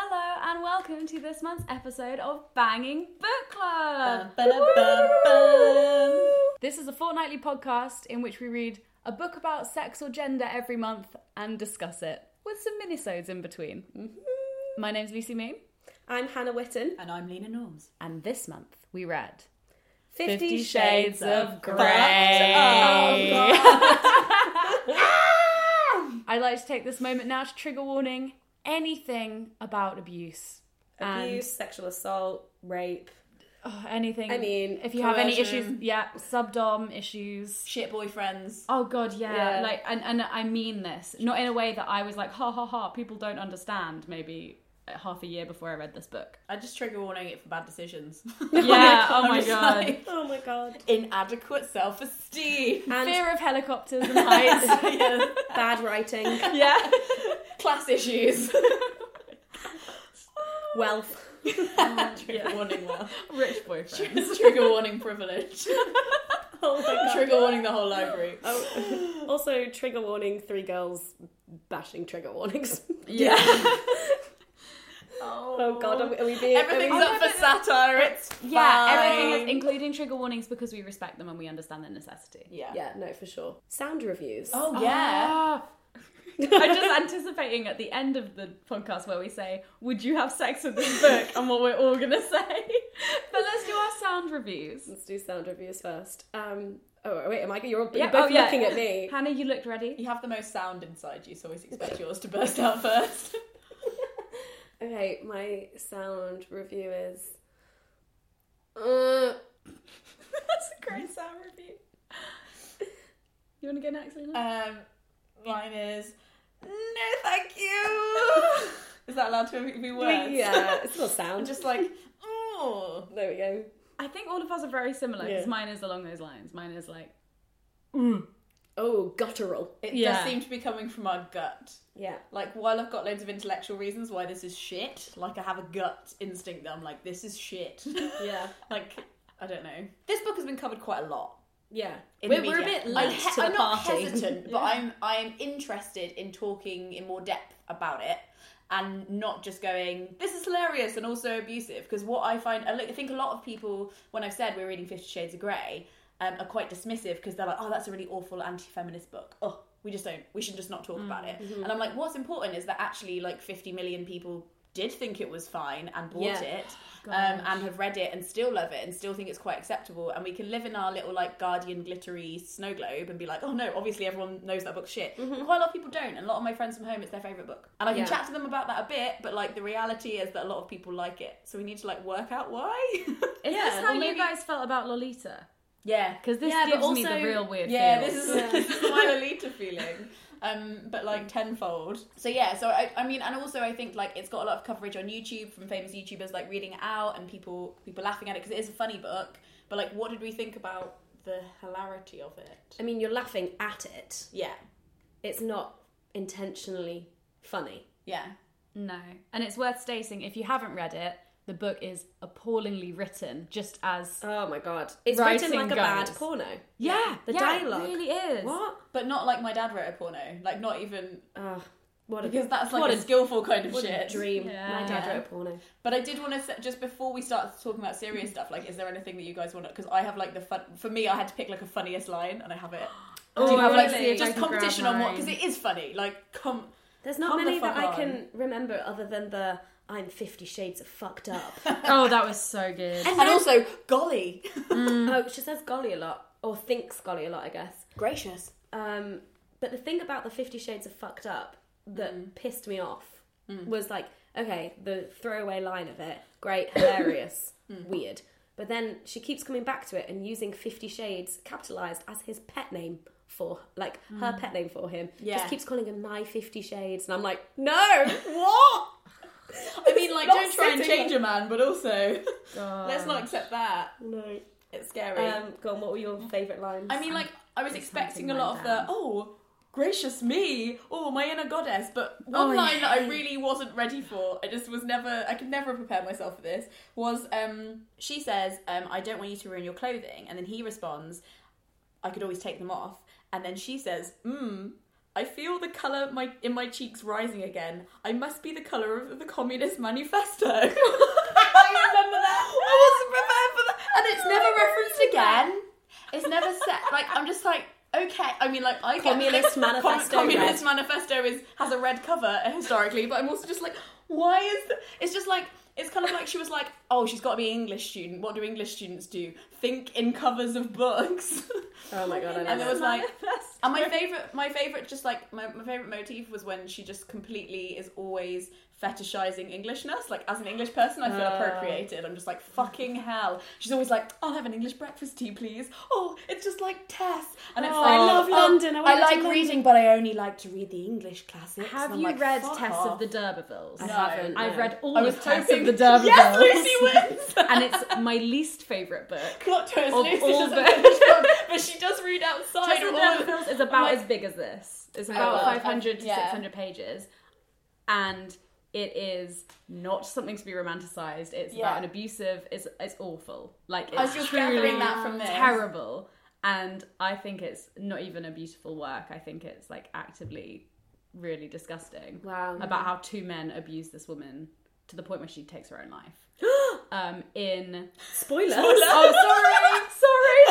Hello and welcome to this month's episode of Banging Book Club. This is a fortnightly podcast in which we read a book about sex or gender every month and discuss it with some minisodes in between. Mm-hmm. My name's Lucy Moon, I'm Hannah Witten. And I'm Lena Norms. and this month we read Fifty Oh, Grey. I'd like to take this moment now to trigger warning anything about abuse. and Abuse, sexual assault, rape. Oh, anything. I mean, if you have any coercion. issues, yeah, subdom issues. Shit boyfriends. Oh god, yeah. Yeah. Like, and and I mean this not in a way that I was like, ha ha ha. People don't understand. Maybe uh, half a year before I read this book. I just trigger warning it for bad decisions. Yeah, oh I'm my just God. Oh my god. inadequate self esteem. And Fear of helicopters and heights. bad writing, yeah. Class issues. wealth. trigger warning well. Rich boyfriend. trigger warning privilege. Oh my god. trigger warning the whole library. Oh, also, trigger warning: three girls bashing trigger warnings. Yeah. Oh god, are we, are we being? Everything's are we- up for satire. It's Yeah, fine. everything, is- including trigger warnings, because we respect them and we understand their necessity. Yeah. Yeah, no, for sure. Sound reviews. Oh yeah. Ah. I'm just anticipating at the end of the podcast where we say, "Would you have sex with this book?" and what we're all gonna say. But let's do our sound reviews. Let's do sound reviews first. Um. Oh wait, am I? You're, all, Yeah, you're both oh, yeah. looking at me. Hannah, you looked ready. You have the most sound inside you, so always expect yours to burst out first. Okay, my sound review is. Uh, That's a great sound review. You want to go next, Lena? Um, mine is no, thank you. is that allowed to be words? yeah, it's not I'm sound. just like, oh, there we go. I think all of us are very similar because Yeah. mine is along those lines. Mine is like, Oh, guttural. it Yeah. does seem to be coming from our gut. Yeah. Like, while I've got loads of intellectual reasons why this is shit, like I have a gut instinct that I'm like, this is shit. Yeah. like, I don't know. This book has been covered quite a lot. Yeah. in we're, the we're a media. bit late I'm he- to the I'm party. not hesitant, but I'm I am interested in talking in more depth about it and not just going this is hilarious and also abusive because what I find I look- I think a lot of people when I've said we're reading Fifty Shades of Grey um, are quite dismissive because they're like oh that's a really awful anti-feminist book oh we just don't we should just not talk about it Mm-hmm. and I'm like what's important is that actually like 50 million people did think it was fine and bought Yeah. it um, and have read it and still love it and still think it's quite acceptable and we can live in our little like guardian glittery snow globe and be like oh no obviously everyone knows that book's shit Mm-hmm. But quite a lot of people don't and a lot of my friends from home it's their favourite book and I can Yeah. chat to them about that a bit but like the reality is that a lot of people like it so we need to like work out why is Yeah, this how or you maybe- guys felt about Lolita? yeah Because this Yeah, but gives me the also- real weird. yeah, feels. this is, this is my Lolita feeling, um, but like tenfold. So yeah, so I, I mean, and also I think like it's got a lot of coverage on YouTube from famous YouTubers like reading it out and people people laughing at it because it is a funny book. But like, what did we think about the hilarity of it? I mean, you're laughing at it. Yeah, It's not intentionally funny. yeah, No. And it's worth stating if you haven't read it, the book is appallingly written, just as. Oh my god. It's Writing written like a goes. bad porno. yeah, The yeah, It dialogue. really is. What? but not like my dad wrote a porno. Like not even Ugh. What a, because that's like what a, skillful kind of shit. dream. Yeah. My dad wrote a porno. But I did want to say, just before we start talking about Mm. serious stuff, like, is there anything that you guys want to? Because I have like the fun. For me, I had to pick like a funniest line, and I have it. Oh, Do you I have wanna like see if I just can grab competition on what? mine. Because it is funny. Like, come. There's Come not the many fuck that I on. can remember other than the I'm Fifty Shades of fucked up. Oh, that was so good. And also, golly, oh, she says golly a lot, or thinks golly a lot, I guess. gracious. Um, but the thing about the Fifty Shades of fucked up that pissed me off was like, okay, the throwaway line of it, great, hilarious, weird. But then she keeps coming back to it and using Fifty Shades capitalized as his pet name for like her pet name for him. Yeah. Just keeps calling him my Fifty Shades, and I'm like, no, what? I mean, like, Not don't try and sitting change a man, but also, let's not accept that. No. It's scary. Um, go on, what were your favourite lines? I mean, like, I was expecting a lot of the, oh, gracious me, oh, my inner goddess, but one line that I really wasn't ready for, I just was never, I could never prepare myself for this, was um, she says, um, I don't want you to ruin your clothing. And then he responds, I could always take them off. And then she says, mmm. I feel the colour my in my cheeks rising again. I must be the colour of the Communist Manifesto. I remember that. I wasn't prepared for that. And it's never referenced again. It's never said. Like I'm just like okay. I mean, like I get- Communist Manifesto Communist Manifesto is has a red cover uh, historically, but I'm also just like, why is? th- It's just like it's kind of like she was like, oh, she's got to be an English student. What do English students do? Think in covers of books. oh my god, I know. and it that. was like, and my favorite, my favorite, just like my, my favorite motif was when she just completely is always fetishizing Englishness. Like as an English person, I feel Ah. appropriated. I'm just like fucking hell. She's always like, I'll have an English breakfast tea, please. Oh, it's just like Tess, and it's Oh, like, I love oh, London. I wanna I go to like London. reading, but I only like to read the English classics. Have And I'm you like, read "Fuck Tess off." of the D'Urbervilles? I haven't, I've no. read all I of was Tess hoping- of the D'Urbervilles. Yes, Lucy wins. and it's my least favourite book. Plot twist. Of Lucy all doesn't the- read the book, but she does read outside Tess of of the all of D'Urbervilles is about I'm as like, big as this. It's about well, 500 Oh, to yeah. 600 pages. And it is not something to be romanticised. It's Yeah. about an abusive, it's, it's awful. Like, it's I was just truly gathering that from this. terrible. And I think it's not even a beautiful work. I think it's like actively really disgusting. Wow. About how two men abuse this woman to the point where she takes her own life. um, in spoilers. oh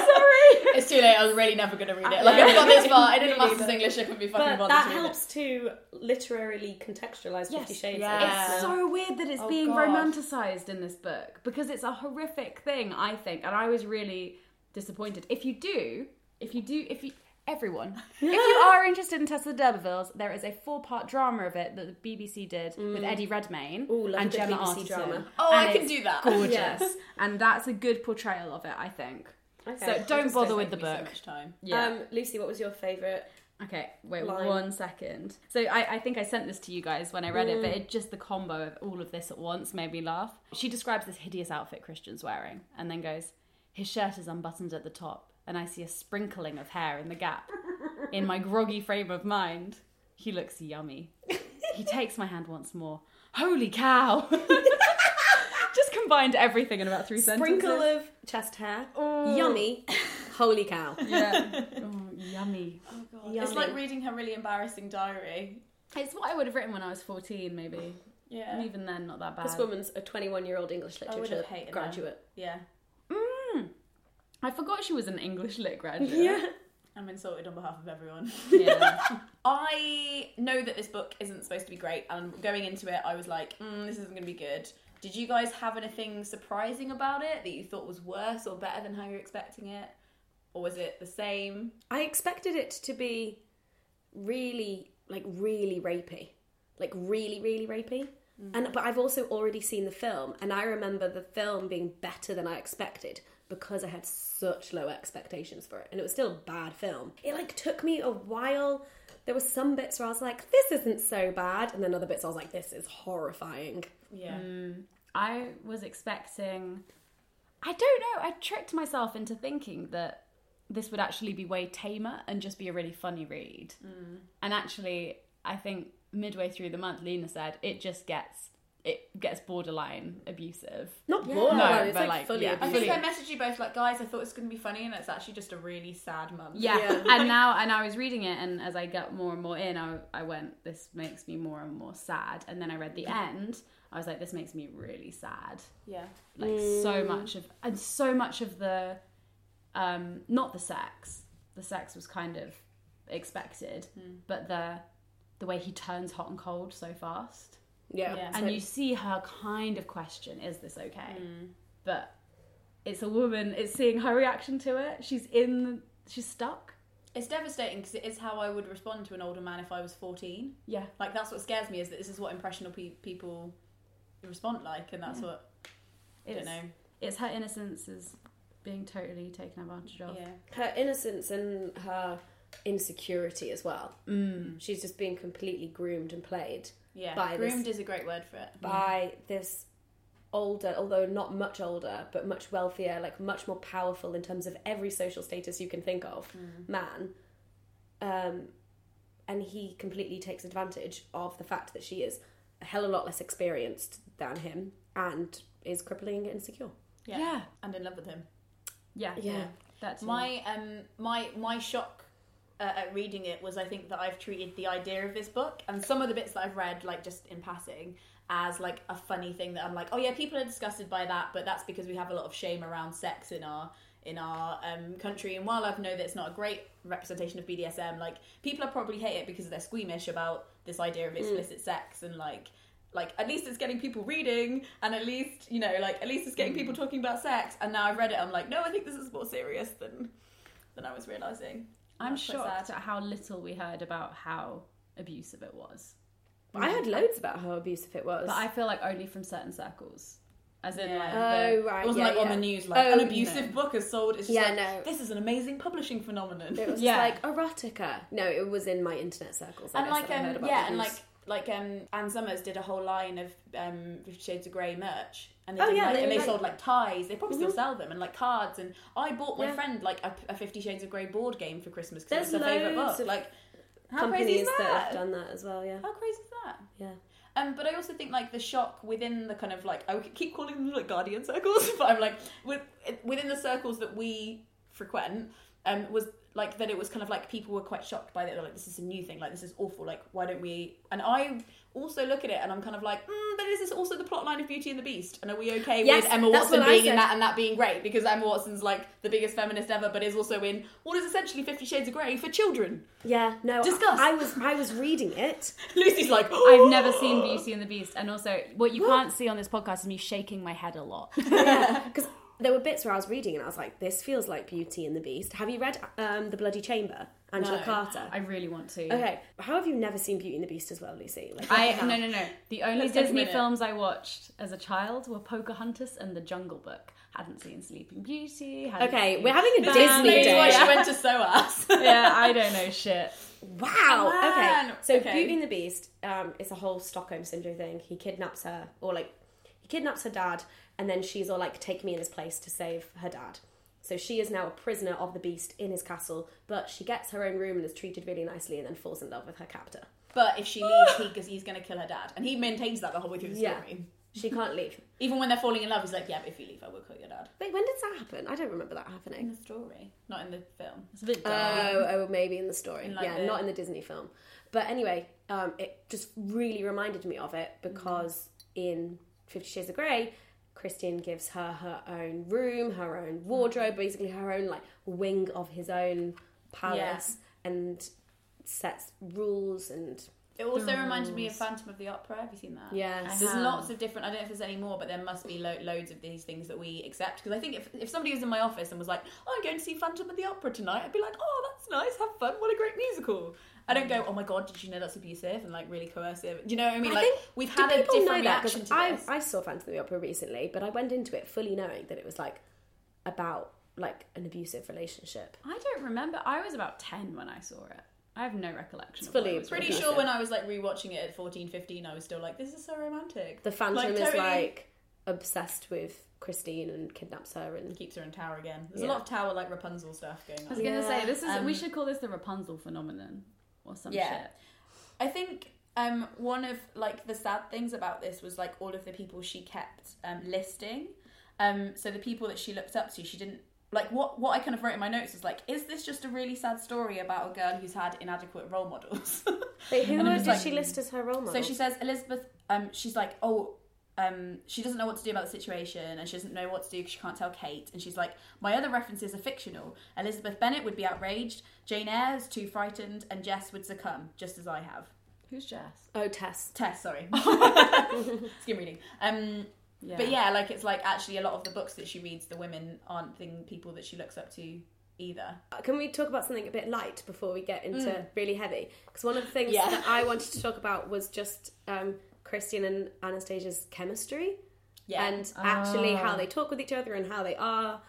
sorry, sorry, sorry. It's too late. I was really never going to read it. Like I've got this far. I didn't master's English. I couldn't be fucking But bothered that to read it. helps to literarily contextualise Fifty Shades. yeah. I guess. Yeah. It's so weird that it's being God. romanticized in this book because it's a horrific thing, I think, and I was really disappointed. If you do, if you do, if you everyone, if you are interested in Tessa the D'Urbervilles, there is a four-part drama of it that the BBC did with Eddie Redmayne Ooh, love a and good Gemma BBC Arterton. drama. Oh, And I can it's do that. Gorgeous, Yeah. and that's a good portrayal of it, I think. Okay. So don't bother with the book. Yeah. Um, Lucy, what was your favourite? Okay, wait line. one second. So I, I think I sent this to you guys when I read it, but Mm. it, just the combo of all of this at once made me laugh. She describes this hideous outfit Christian's wearing and then goes, His shirt is unbuttoned at the top, and I see a sprinkling of hair in the gap. In my groggy frame of mind, he looks yummy. He takes my hand once more. Holy cow! just combined everything in about three sentences. Sprinkle of chest hair. Yummy. Holy cow. Yeah. Oh, yummy. It's like reading her really embarrassing diary. It's what I would have written when I was 14, maybe. Yeah. And even then, not that bad. This woman's a 21 year old English I would literature have hated graduate. Them. Yeah. I forgot she was an English lit graduate. I'm insulted on behalf of everyone. Yeah. I know that this book isn't supposed to be great, and going into it, I was like, mm, this isn't going to be good. Did you guys have anything surprising about it that you thought was worse or better than how you were expecting it? Or was it the same? I expected it to be really, like, really rapey. Like, really, really rapey. And But I've also already seen the film, and I remember the film being better than I expected because I had such low expectations for it. And it was still a bad film. It, like, took me a while. There were some bits where I was like, this isn't so bad. And then other bits I was like, this is horrifying. Yeah. I was expecting. I don't know. I tricked myself into thinking that this would actually be way tamer and just be a really funny read. And actually, I think midway through the month, Lena said it just gets it gets borderline abusive. Not borderline, No, it's but, like, like, fully yeah, I abused. think I Brilliant. messaged you both like, guys, I thought it was going to be funny, and it's actually just a really sad month. Yeah. Yeah. and now and I was reading it and as I got more and more in I, I went this makes me more and more sad and then I read the end I was like this makes me really sad Yeah. like so much of and so much of the um not the sex the sex was kind of expected but the the way he turns hot and cold so fast Yeah. Yeah. So- and you see her kind of question, is this okay? But it's a woman, it's seeing her reaction to it. She's in, she's stuck. It's devastating because it is how I would respond to an older man if I was 14. Yeah. Like, that's what scares me is that this is what impressionable pe- people respond like, and that's what, I It's, don't know. It's her innocence is being totally taken advantage of. Yeah. her innocence and her insecurity as well. Mm. She's just being completely groomed and played Yeah. by Groomed this is a great word for it. by this older, although not much older, but much wealthier, like much more powerful in terms of every social status you can think of, man. Um, and he completely takes advantage of the fact that she is a hell of a lot less experienced than him and is crippling and insecure. Yeah. Yeah. And in love with him. Yeah. Yeah. That's My um my my shock uh, at reading it was I think that I've treated the idea of this book and some of the bits that I've read like just in passing as like a funny thing that I'm like oh yeah people are disgusted by that but that's because we have a lot of shame around sex in our in our um, country and while I've know that it's not a great representation of BDSM like people are probably hate it because they're squeamish about this idea of explicit sex and like like at least it's getting people reading and at least you know like at least it's getting people talking about sex and now i've read it i'm like no i think this is more serious than than i was realizing I'm That's quite shocked at sad. how little we heard about how abusive it was. I heard loads about how abusive it was. But I feel like only from certain circles. As in, Yeah. like, oh, the- right. it wasn't yeah, like on yeah. the news like an Oh, abusive book is sold it's just Yeah, like, no. this is an amazing publishing phenomenon It was Yeah. just like erotica. No, it was in my internet circles. I and guess, like that I um heard about yeah it. and It like was- like um Anne Summers did a whole line of um Fifty Shades of Grey merch and they Oh, did, yeah, like, they and they like- Mm-hmm. sold like ties they probably still sell them and like cards and I bought my Yeah. friend like a, a Fifty Shades of Grey board game for Christmas because There's it's her favourite loads book of like how crazy companies is that? that have done that as well. Yeah, how crazy is that yeah. um, but I also think like the shock within the kind of like I would keep calling them like guardian circles, but I'm like with, within the circles that we frequent um, was like that it was kind of like people were quite shocked by that They're like this is a new thing like this is awful like why don't we and I also look at it and I'm kind of like mm, but is this also the plot line of Beauty and the Beast and are we okay Yes, with Emma that's Watson what I being in said. that and that being great because Emma Watson's like the biggest feminist ever but is also in what is essentially Fifty Shades of Grey for children Yeah, no. Discuss. I, I was I was reading it. Lucy's like I've never seen Beauty and the Beast. And also, Oh. what you can't see on this podcast is me shaking my head a lot. because there were bits where I was reading and I was like, this feels like Beauty and the Beast. Have you read um, The Bloody Chamber? Angela No. Carter. I really want to. okay, how have you never seen Beauty and the Beast as well, Lucy? Like, I how? no no no. The only Let's take a Disney minute. films I watched as a child were Pocahontas and The Jungle Book. Hadn't seen Sleeping Beauty. hadn't Okay, seen- we're having a Bam, Disney Lady Maybe why day. she went to SOAS yeah, I don't know shit. Wow. Man. Okay. So Okay. Beauty and the Beast, um, it's a whole Stockholm syndrome thing. He kidnaps her, or like, he kidnaps her dad, and then she's all like, "Take me in his place to save her dad." So she is now a prisoner of the Beast in his castle, but she gets her own room and is treated really nicely, and then falls in love with her captor. But if she leaves, he because he's going to kill her dad, and he maintains that the whole way through the Yeah. story. She can't leave. Even when they're falling in love, he's like, "Yeah, but if you leave, I will kill your dad." Wait, when does that happen? I don't remember that In happening. the story, not in the film. It's a bit Oh, dark. oh, maybe in the story. In, like, yeah, the- not in the Disney film. But anyway, um, it just really reminded me of it because in Fifty Shades of Grey, Christian gives her her own room, her own wardrobe, basically her own like wing of his own palace, and sets rules and It also reminded me of Phantom of the Opera. Have you seen that? Yes. There's lots of different. I don't know if there's any more, but there must be lo- loads of these things that we accept. Because I think if, if somebody was in my office and was like, oh, "I'm going to see Phantom of the Opera tonight," I'd be like, "Oh, that's nice. Have fun. What a great musical." I don't go, "Oh my god, did you know that's abusive and like really coercive?" Do you know what I mean? like we've do had a people different know that? 'Cause reaction to I, this. I saw Phantom of the Opera recently, but I went into it fully knowing that it was like about like an abusive relationship. I don't remember. I was about ten when I saw it. I have no recollection. It's fully Pretty sure when I was like rewatching it at 14, 15, I was still like, this is so romantic. The Phantom Like, is totally like obsessed with Christine and kidnaps her and Keeps her in tower again. There's a lot of tower like Rapunzel stuff going I was on. gonna say this is. we should call this the Rapunzel phenomenon or some Yeah. shit. I think um, one of like the sad things about this was like all of the people she kept um, listing. Um, so the people that she looked up to, she didn't like what what I kind of wrote in my notes was like, is this just a really sad story about a girl who's had inadequate role models? Wait, who And I'm did just like- she list as her role model? So she says Elizabeth. Um, she's like, oh, um, she doesn't know what to do about the situation, and she doesn't know what to do because she can't tell Kate. And she's like, my other references are fictional. Elizabeth Bennet would be outraged. Jane Eyre's too frightened, and Jess would succumb, just as I have. Who's Jess? Oh, Tess. Tess, sorry. Skim reading. Um, But yeah, like it's like actually a lot of the books that she reads, the women aren't thing people that she looks up to either. Can we talk about something a bit light before we get into really heavy? Because one of the things Mm. Yeah. that I wanted to talk about was just um, Christian and Anastasia's chemistry Yeah. Ah. and actually how they talk with each other and how they are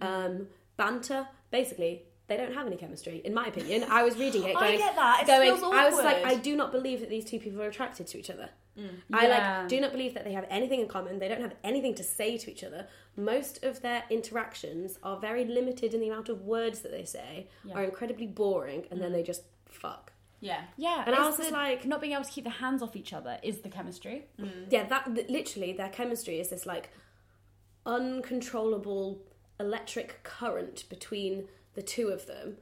um, banter. Basically, they don't have any chemistry, in my opinion. I was reading it. I Going, get that. It going, feels I was like, awkward. I Mm. do not believe that these two people are attracted to each other. I Yeah. like do not believe that they have anything in common. They don't have anything to say to each other. Most of their interactions are very limited in the amount of words that they say. Are incredibly boring, and Mm. then they just fuck. yeah. Yeah, And I it's was just the- like- not being able to keep the hands off each other is the chemistry. Yeah, that th- literally their chemistry is this like uncontrollable electric current between the two of them.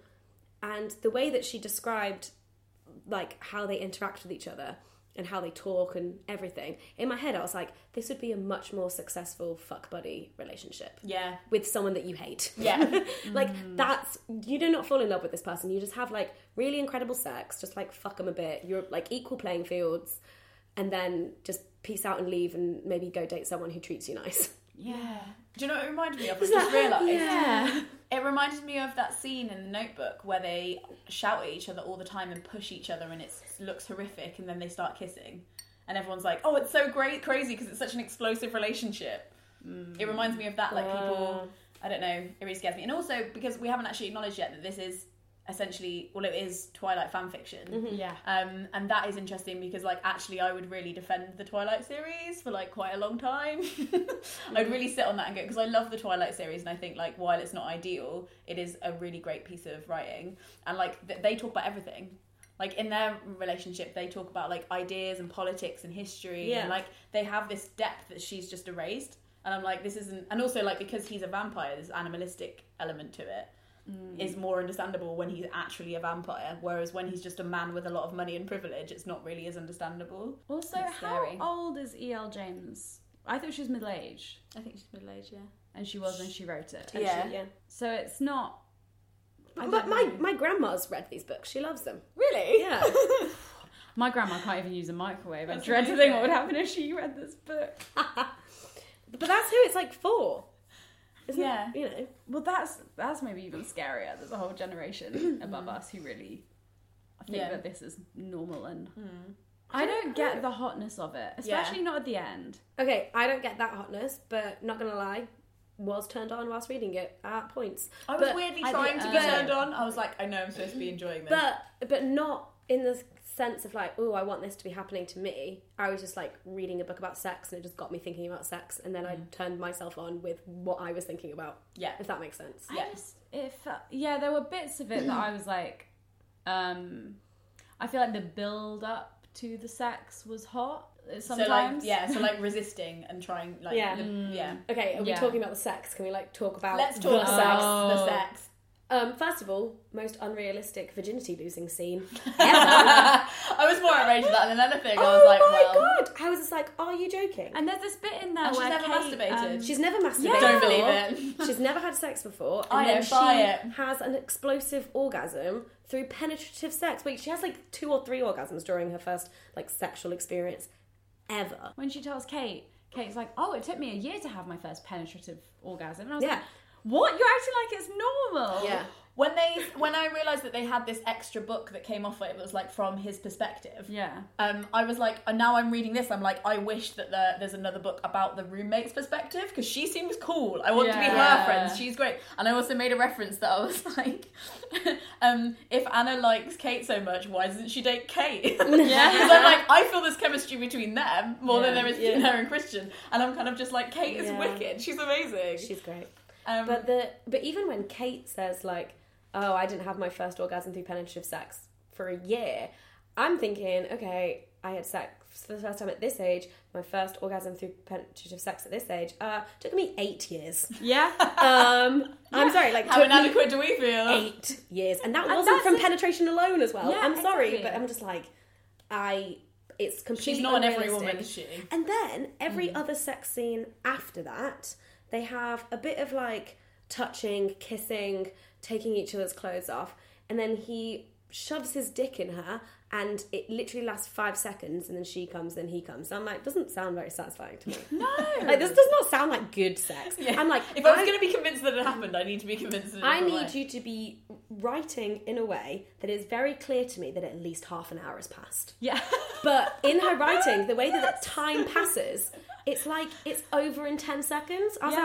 And the way that she described like how they interact with each other and how they talk and everything. In my head I was like this would be a much more successful fuck buddy relationship. Yeah. With someone that you hate. Yeah. Mm-hmm. like that's you do not fall in love with this person. You just have like really incredible sex, just like fuck them a bit. You're like equal playing fields and then just peace out and leave and maybe go date someone who treats you nice. Yeah. Do you know what it reminded me of? I just realised. Yeah. It reminded me of that scene in the notebook where they shout at each other all the time and push each other and it looks horrific and then they start kissing. And everyone's like, oh, it's so great, crazy because it's such an explosive relationship. It reminds me of that, like people, I don't know, it really scares me. And also because we haven't actually acknowledged yet that this is essentially, well, it is Twilight fan fiction. Yeah. Um, and that is interesting because, like, actually, I would really defend the Twilight series for like quite a long time. I'd really sit on that and go because I love the Twilight series, and I think like while it's not ideal, it is a really great piece of writing. And like th- they talk about everything. Like in their relationship, they talk about like ideas and politics and history, Yeah. and like they have this depth that she's just erased. And I'm like, this isn't. And also like because he's a vampire, this animalistic element to it Mm. is more understandable when he's actually a vampire, whereas when he's just a man with a lot of money and privilege, it's not really as understandable. Also, It's how scary. old is E.L. James? I thought she was middle aged, I think she's middle aged, yeah. and she was when she wrote it. Yeah. So it's not. But my, my grandma's read these books. She loves them. Really? Yeah. My grandma can't even use a microwave. I dread to think what would happen if she read this book. but that's who it's like for. Isn't Yeah. it? You know. Well, that's that's maybe even scarier. There's a whole generation above us who really think Yeah. Hmm. that this is normal and. I don't get the hotness of it, Yeah. especially not at the end. Okay, I don't get that hotness, but not gonna lie, was turned on whilst reading it at points. I was But- weirdly I trying think- to be uh, turned on. I was like, I know I'm supposed to be enjoying this. But but not in the sense of like, oh, I want this to be happening to me. I was just like reading a book about sex, and it just got me thinking about sex, and then I turned myself on with what I was thinking about. Mm. Yeah. if that makes sense. yeah. It felt, yeah, there were bits of it that I was like, um, I feel like the build up to the sex was hot uh, So like sometimes. yeah, so like resisting and trying like Yeah. the- yeah. Mm. Okay, are Yeah. we talking about the sex? Can we like talk about Let's the talk about sex? the sex. Um, first of all, most unrealistic virginity losing scene. I was more outraged at that than anything. I was like, oh my well, god! I was just like, are you joking? And there's this bit in there And she's where never Kate, masturbated. um, She's never masturbated. don't before. believe it. She's never had sex before. And I then don't buy she it. has an explosive orgasm through penetrative sex. Wait, she has like two or three orgasms during her first like sexual experience ever. when she tells Kate, Kate's like, "Oh, it took me a year to have my first penetrative orgasm," and I was like, Yeah. "What? You're acting like it's normal." Yeah. When they when I realised that they had this extra book that came off it, it was like from his perspective. Yeah. um, I was like, and now I'm reading this. I'm like, I wish that there, there's another book about the roommate's perspective because she seems cool. I want to be Yeah. her friends. She's great. And I also made a reference that I was like, um, if Anna likes Kate so much, why doesn't she date Kate? Yeah. because I'm like, I feel this chemistry between them more than Yeah. there is between her and Christian. And I'm kind of just like, Kate is Yeah. wicked. She's amazing. She's great. um, But the but even when Kate says like, "Oh, I didn't have my first orgasm through penetrative sex for a year," I'm thinking, okay, I had sex for the first time at this age. My first orgasm through penetrative sex at this age uh, took me eight years. Yeah. Um, I'm sorry, like how took me inadequate do we feel? eight years, and that wasn't that's from it. penetration alone as well. Yeah, I'm sorry, exactly. but I'm just like, I. It's completely. She's not an every unrealistic. woman, is she? Mm. And then every other sex scene after that, they have a bit of like touching, kissing, taking each other's clothes off, and then he shoves his dick in her and it literally lasts five seconds, and then she comes, then he comes. So I'm like, doesn't sound very satisfying to me. No, like this does not sound like good sex. I'm like, if I was going to be convinced that it happened, I need to be convinced. In a I different need way. you to be writing in a way that is very clear to me that at least half an hour has passed. Yeah. But in her writing, the way that the time passes, it's like it's over in 10 seconds. I was Yeah.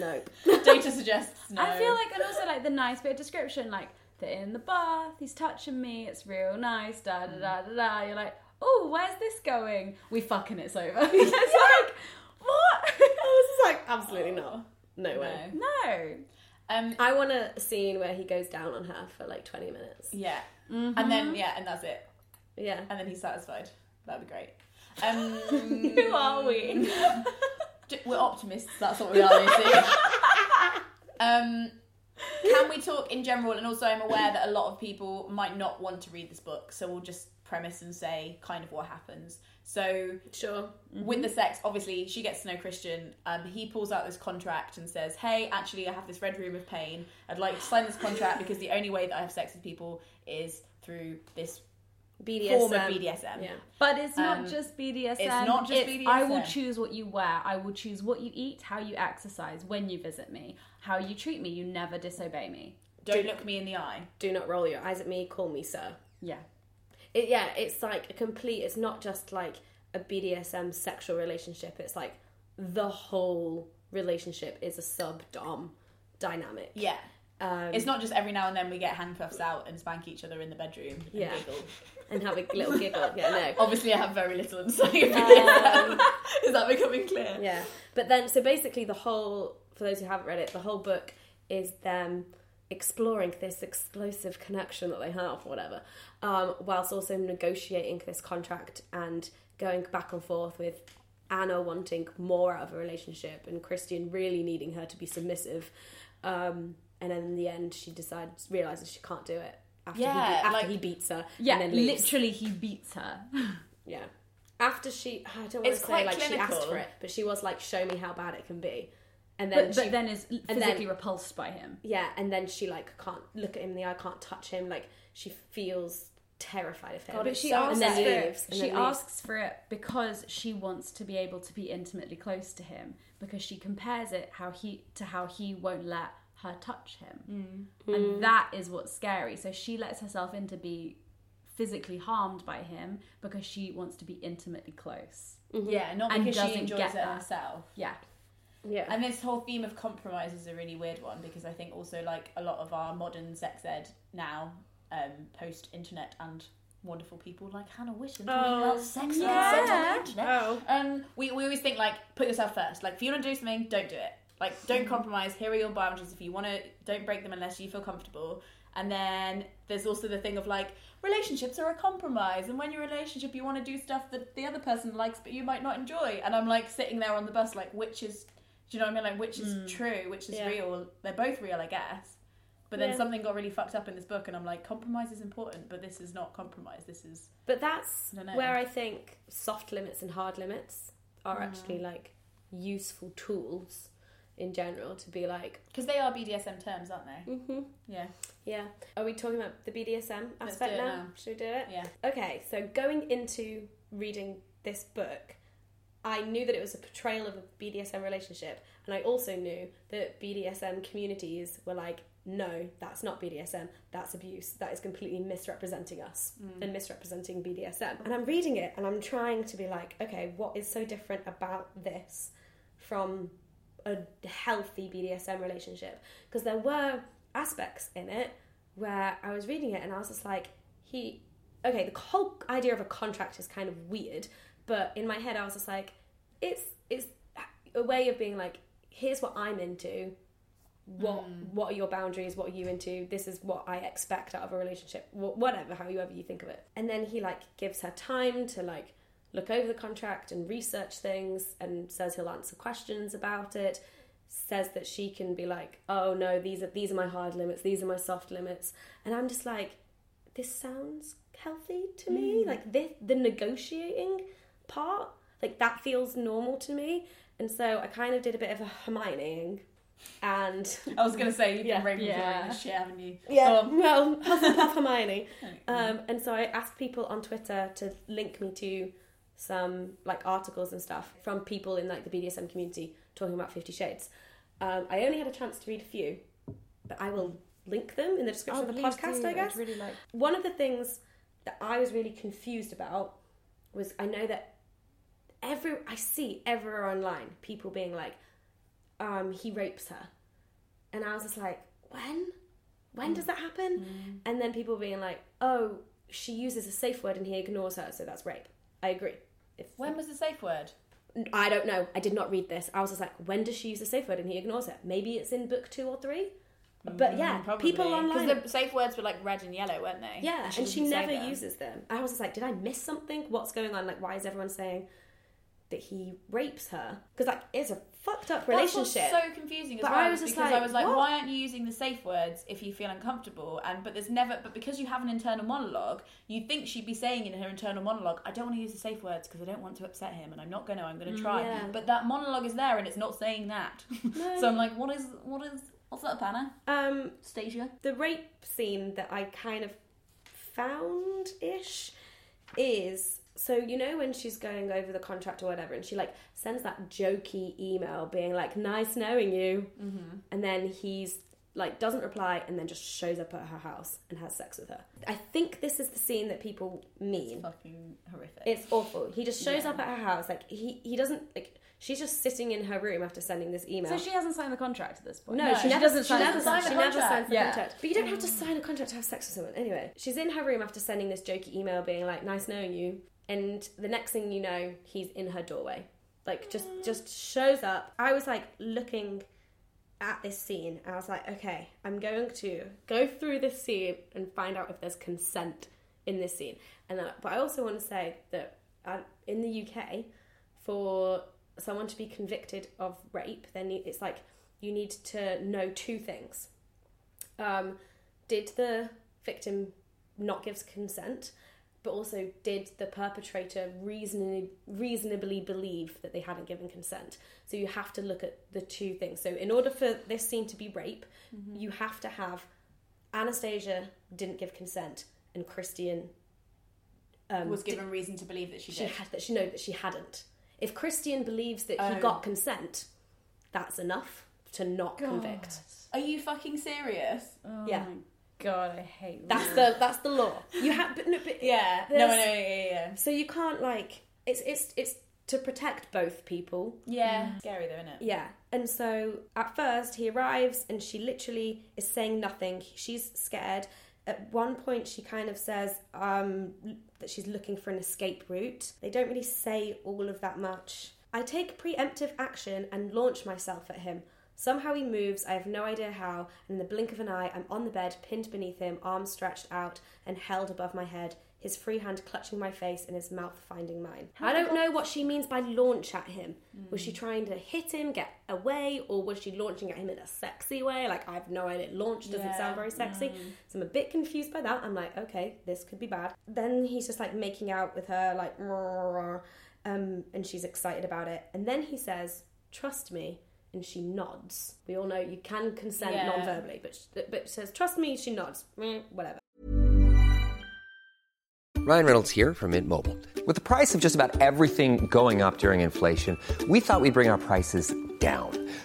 like, nope. Data suggests no. I feel like, and also like the nice bit of description, like they're in the bath, he's touching me, it's real nice, da da da da da. You're like, oh, where's this going? We fucking it's over. it's like, I what? was like, absolutely not. No, way. no. um, I want a scene where he goes down on her for like 20 minutes. yeah, Mm-hmm. and then yeah, and that's it, Yeah. and then he's satisfied. That'd be great. Um, Who are we? j- we're optimists. That's what we are. Lucy. um, can we talk in general? And also, I'm aware that a lot of people might not want to read this book, so we'll just premise and say kind of what happens. So Sure. Mm-hmm. with the sex, obviously, she gets to know Christian. Um, he pulls out this contract and says, Hey, actually, I have this red room of pain. I'd like to sign this contract because the only way that I have sex with people is through this BDSM. form of BDSM. Yeah. But it's not Um, just BDSM. It's not just I will BDSM. choose what you wear. I will choose what you eat, how you exercise, when you visit me, how you treat me. You never disobey me. Don't look me in the eye. Do not roll your eyes at me. Call me sir. Yeah. It, yeah, it's like a complete. It's not just like a BDSM sexual relationship. It's like the whole relationship is a sub dom dynamic. Yeah. it's not just every now and then we get handcuffs out and spank each other in the bedroom and Yeah. giggle. and have a little giggle. Yeah, no. Obviously, I have very little insight. is that becoming clear? Yeah. But then, so basically, the whole, for those who haven't read it, the whole book is them exploring this explosive connection that they have, whatever, um, whilst also negotiating this contract and going back and forth with Anna wanting more out of a relationship and Christian really needing her to be submissive. Um, and then in the end, she decides, realizes she can't do it. After, he, Yeah, beat- after like- he beats her, Yeah. and then leaves. Literally, he beats her. Yeah. After she, I don't want It's to say quite like she asked clinical. for it, but she was like, "Show me how bad it can be," and then But, she, but then is then- physically repulsed by him. yeah, and then she like can't look at him in the eye, can't touch him, like she feels terrified of him. But she So- asks and then for it. leaves. and She then leaves. asks for it because she wants to be able to be intimately close to him because she compares it how he to how he won't let her touch him, and that is what's scary. So she lets herself in to be physically harmed by him because she wants to be intimately close. Yeah, not And because she doesn't enjoys get it that. herself. Yeah, yeah, And this whole theme of compromise is a really weird one because I think also like a lot of our modern sex ed now, um, post internet and wonderful people like Hannah Witten talking about sex yeah. and sex on the internet. Um, we, we always think like put yourself first. Like if you want to do something, don't do it. Like don't compromise. Here are your boundaries. If you want to, don't break them unless you feel comfortable. And then there's also the thing of like relationships are a compromise, and when you're in a relationship, you want to do stuff that the other person likes, but you might not enjoy. And I'm like sitting there on the bus, like which is, do you know what I mean? Like which is true, which is Yeah. real. They're both real, I guess. But then Yeah. something got really fucked up in this book, and I'm like, compromise is important, but this is not compromise. This is but that's Dunno. where I think soft limits and hard limits are actually like useful tools in general to be like, because they are BDSM terms, aren't they? Mm-hmm. Yeah. Yeah. Are we talking about the BDSM aspect do it now? now. Should we do it? Yeah. Okay, so going into reading this book, I knew that it was a portrayal of a BDSM relationship, and I also knew that BDSM communities were like, no, that's not BDSM, that's abuse, that is completely misrepresenting us Mm. and misrepresenting BDSM. And I'm reading it and I'm trying to be like, okay, what is so different about this from a healthy BDSM relationship because there were aspects in it where I was reading it and I was just like, he, okay, the whole idea of a contract is kind of weird, but in my head I was just like, it's it's a way of being like, here's what I'm into, what what are your boundaries what are you into this is what i expect out of a relationship wh- whatever however you think of it and then he like gives her time to like look over the contract and research things and says he'll answer questions about it says that she can be like oh no these are these are my hard limits these are my soft limits and i'm just like this sounds healthy to me like this the negotiating part like that feels normal to me and so i kind of did a bit of a hermioning and I was gonna say you've Yeah. been Ravenclaw Yeah. and shit, haven't you? yeah, Go on. well, Hufflepuff Hermione. Um, and so I asked people on Twitter to link me to some like articles and stuff from people in like the BDSM community talking about Fifty Shades. Um, I only had a chance to read a few, but I will link them in the description of the podcast. I guess one of the things that I was really confused about was I know that every I see everywhere online people being like, um, he rapes her, and I was just like, when? When does that happen? Mm. And then people being like, oh, she uses a safe word and he ignores her, so that's rape. I agree. If When was the safe word? I don't know, I did not read this. I was just like, when does she use a safe word and he ignores her? Maybe it's in book two or three. But Mm, yeah, people online because the safe words were like red and yellow, weren't they? yeah, and she didn't say never them. uses them. I was just like, did I miss something? What's going on? Like, why is everyone saying that he rapes her? Because like, it's a fucked up relationship. That's what's so confusing as But well. I was just because like, I was like, what? why aren't you using the safe words if you feel uncomfortable? And but there's never, but because you have an internal monologue, you think she'd be saying in her internal monologue, I don't want to use the safe words because I don't want to upset him, and I'm not going to. I'm going to try. Mm, yeah. But that monologue is there, and it's not saying that. so I'm like, what is, what is, what's that, Panna? um, Stasia. the rape scene that I kind of found ish is so you know when she's going over the contract or whatever, and she like sends that jokey email being like, "Nice knowing you," Mm-hmm. and then he's like doesn't reply and then just shows up at her house and has sex with her. I think this is the scene that people mean. Fucking horrific. It's awful. He just shows up at her house. Like he he doesn't like she's just sitting in her room after sending this email. So she hasn't signed the contract at this point. no, she, she never, doesn't she sign never the signs- contract. She never contract. signs the Yeah. contract. But you don't have to sign a contract to have sex with someone. Anyway, she's in her room after sending this jokey email, being like, "Nice knowing you." And the next thing you know, he's in her doorway. Like just just shows up. I was like looking at this scene. I was like, okay, I'm going to go through this scene and find out if there's consent in this scene. And then, but I also want to say that uh, in the UK, for someone to be convicted of rape, then you- it's like you need to know two things: um, did the victim not give consent, but also did the perpetrator reasonably reasonably believe that they hadn't given consent? So you have to look at the two things. So in order for this scene to be rape, Mm-hmm. you have to have Anastasia didn't give consent and Christian was given reason to believe that she Um, she did. had that she no that she hadn't. If Christian believes that he Oh. got consent, that's enough to not convict. Are you fucking serious? yeah, God, I hate that. that's the that's the law. You have, but no, but Yeah. No, there's- no, yeah, yeah, yeah. So you can't like it's it's it's to protect both people. Yeah. Mm. Scary though, isn't it? Yeah. And so at first he arrives and she literally is saying nothing. She's scared. At one point she kind of says um, that she's looking for an escape route. They don't really say all of that much. I take preemptive action and launch myself at him. Somehow he moves, I have no idea how, and in the blink of an eye, I'm on the bed, pinned beneath him, arms stretched out and held above my head, his free hand clutching my face and his mouth finding mine. I don't know what she means by launch at him. Was she trying to hit him, get away, or was she launching at him in a sexy way? Like, I have no idea. Launch doesn't sound very sexy. So I'm a bit confused by that. I'm like, okay, this could be bad. Then he's just like making out with her, like, um, and she's excited about it. And then he says, trust me and she nods. We all know you can consent Yeah. non-verbally, but she, but she says, "Trust me." She nods. Meh, Whatever. Ryan Reynolds here from Mint Mobile. With the price of just about everything going up during inflation, we thought we'd bring our prices down.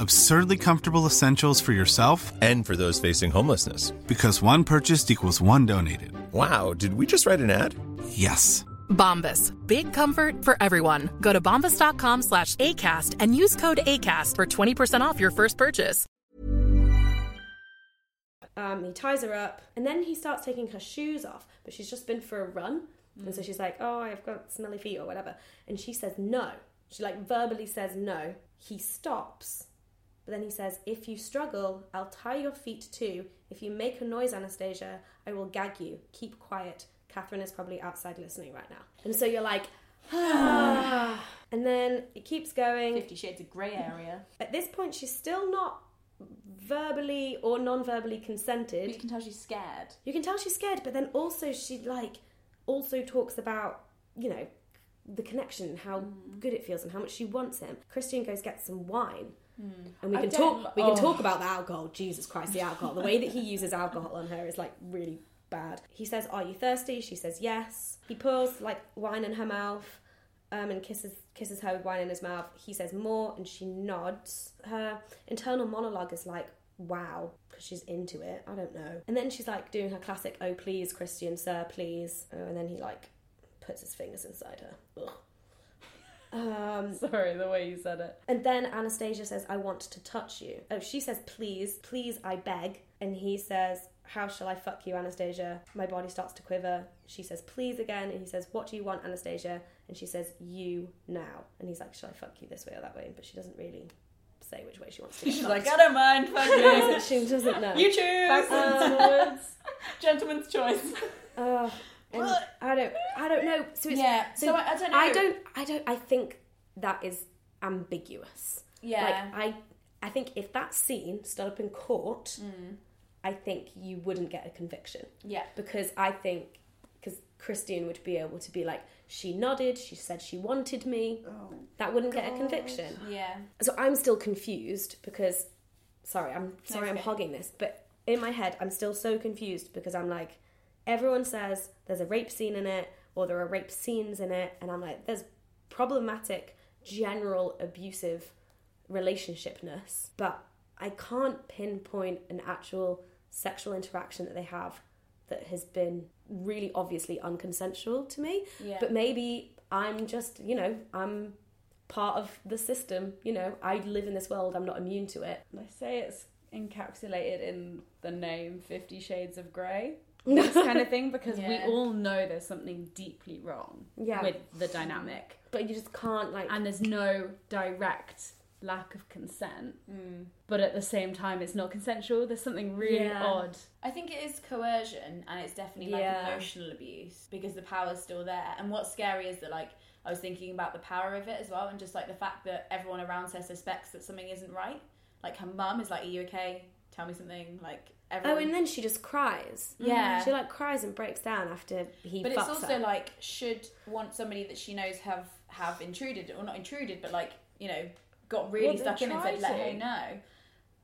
Absurdly comfortable essentials for yourself And for those facing homelessness. because one purchased equals one donated. Wow, did we just write an ad? Yes. Bombas. Big comfort for everyone. Go to bombas.com slash ACAST and use code ACAST for 20% off your first purchase. Um, he ties her up, and then he starts taking her shoes off, but she's just been for a run, and so she's like, "Oh, I've got smelly feet or whatever," and she says no. She like verbally says no. He stops, but then he says, "If you struggle, I'll tie your feet too. If you make a noise, Anastasia, I will gag you. Keep quiet. Catherine is probably outside listening right now." And so you're like, ah. and then it keeps going. Fifty Shades of Grey area. At this point, she's still not verbally or non-verbally consented. But you can tell she's scared. You can tell she's scared, but then also she like also talks about you know the connection, and how Mm. good it feels, and how much she wants him. Christian goes get some wine, and we Mm. I can don't- talk. We can oh. talk about the alcohol. Jesus Christ, the alcohol. The way that he uses alcohol on her is like really bad. He says, "Are you thirsty?" She says, "Yes." He pours like wine in her mouth. Um, and kisses kisses her with wine in his mouth. He says more, and she nods. Her internal monologue is like, "Wow," because she's into it. I don't know. And then she's like doing her classic, "Oh please, Christian, sir, please." Oh, and then he like puts his fingers inside her. Ugh. Sorry, the way you said it. And then Anastasia says, I want to touch you. Oh, she says, please, please, I beg. And he says, How shall I fuck you, Anastasia? My body starts to quiver. She says, please again. And he says, What do you want, Anastasia? And she says, You now. And he's like, Shall I fuck you this way or that way? But she doesn't really say which way she wants to. She's like, I don't mind. Fuck she doesn't know. you. you choose. Words. Gentleman's choice. Ugh. Ah, And I don't, I don't know. So it's, Yeah, so I- I don't know. I don't, I don't. I think that is ambiguous. Yeah. Like I, I think if that scene stood up in court, I think you wouldn't get a conviction. Mm. Yeah. Because I think because Christian would be able to be like, she nodded, she said she wanted me. that wouldn't get a conviction. Oh, Yeah. So I'm still confused because, sorry, I'm sorry, I'm okay. hogging this, but in my head, I'm still so confused because I'm like, everyone says there's a rape scene in it, or there are rape scenes in it, and I'm like, there's problematic, general abusive relationshipness, but I can't pinpoint an actual sexual interaction that they have that has been really obviously unconsensual to me. Yeah. But maybe I'm just, you know, I'm part of the system. You know, I live in this world. I'm not immune to it. I say it's encapsulated in the name Fifty Shades of Grey. This kind of thing because Yeah. we all know there's something deeply wrong Yeah. with the dynamic, But you just can't like. and there's no direct lack of consent, but at the same time, it's not consensual. There's something really Yeah. odd. I think it is coercion and it's definitely like Yeah. emotional abuse because the power's still there. And what's scary is that like I was thinking about the power of it as well and just like the fact that everyone around her suspects that something isn't right. Like her mum is like, Are you okay? Tell me something. Like oh, everyone and then she just cries. Yeah. she like cries and breaks down after he. But it's fucks also her. like should want somebody that she knows have have intruded or not intruded, but like you know got really Well, they stuck in and try said let to. her know.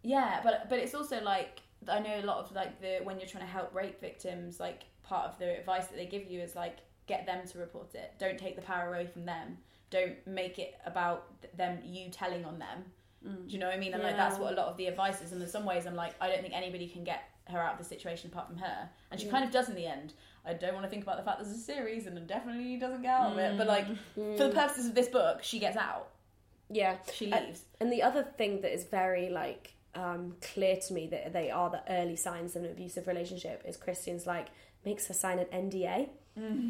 Yeah, but but it's also like I know a lot of like the when you're trying to help rape victims, like part of the advice that they give you is like get them to report it. Don't take the power away from them. Don't make it about th- them you telling on them. Do you know what I mean? And like that's what a lot of the advice is. And in some ways, I'm like, I don't think anybody can get her out of the situation apart from her. And she kind of does in the end. I don't want to think about the fact there's a series and definitely doesn't get out of it. But like for the purposes of this book, she gets out. Yeah, She A- leaves. And the other thing that is very like um, clear to me that they are the early signs of an abusive relationship is Christian's like makes her sign an NDA.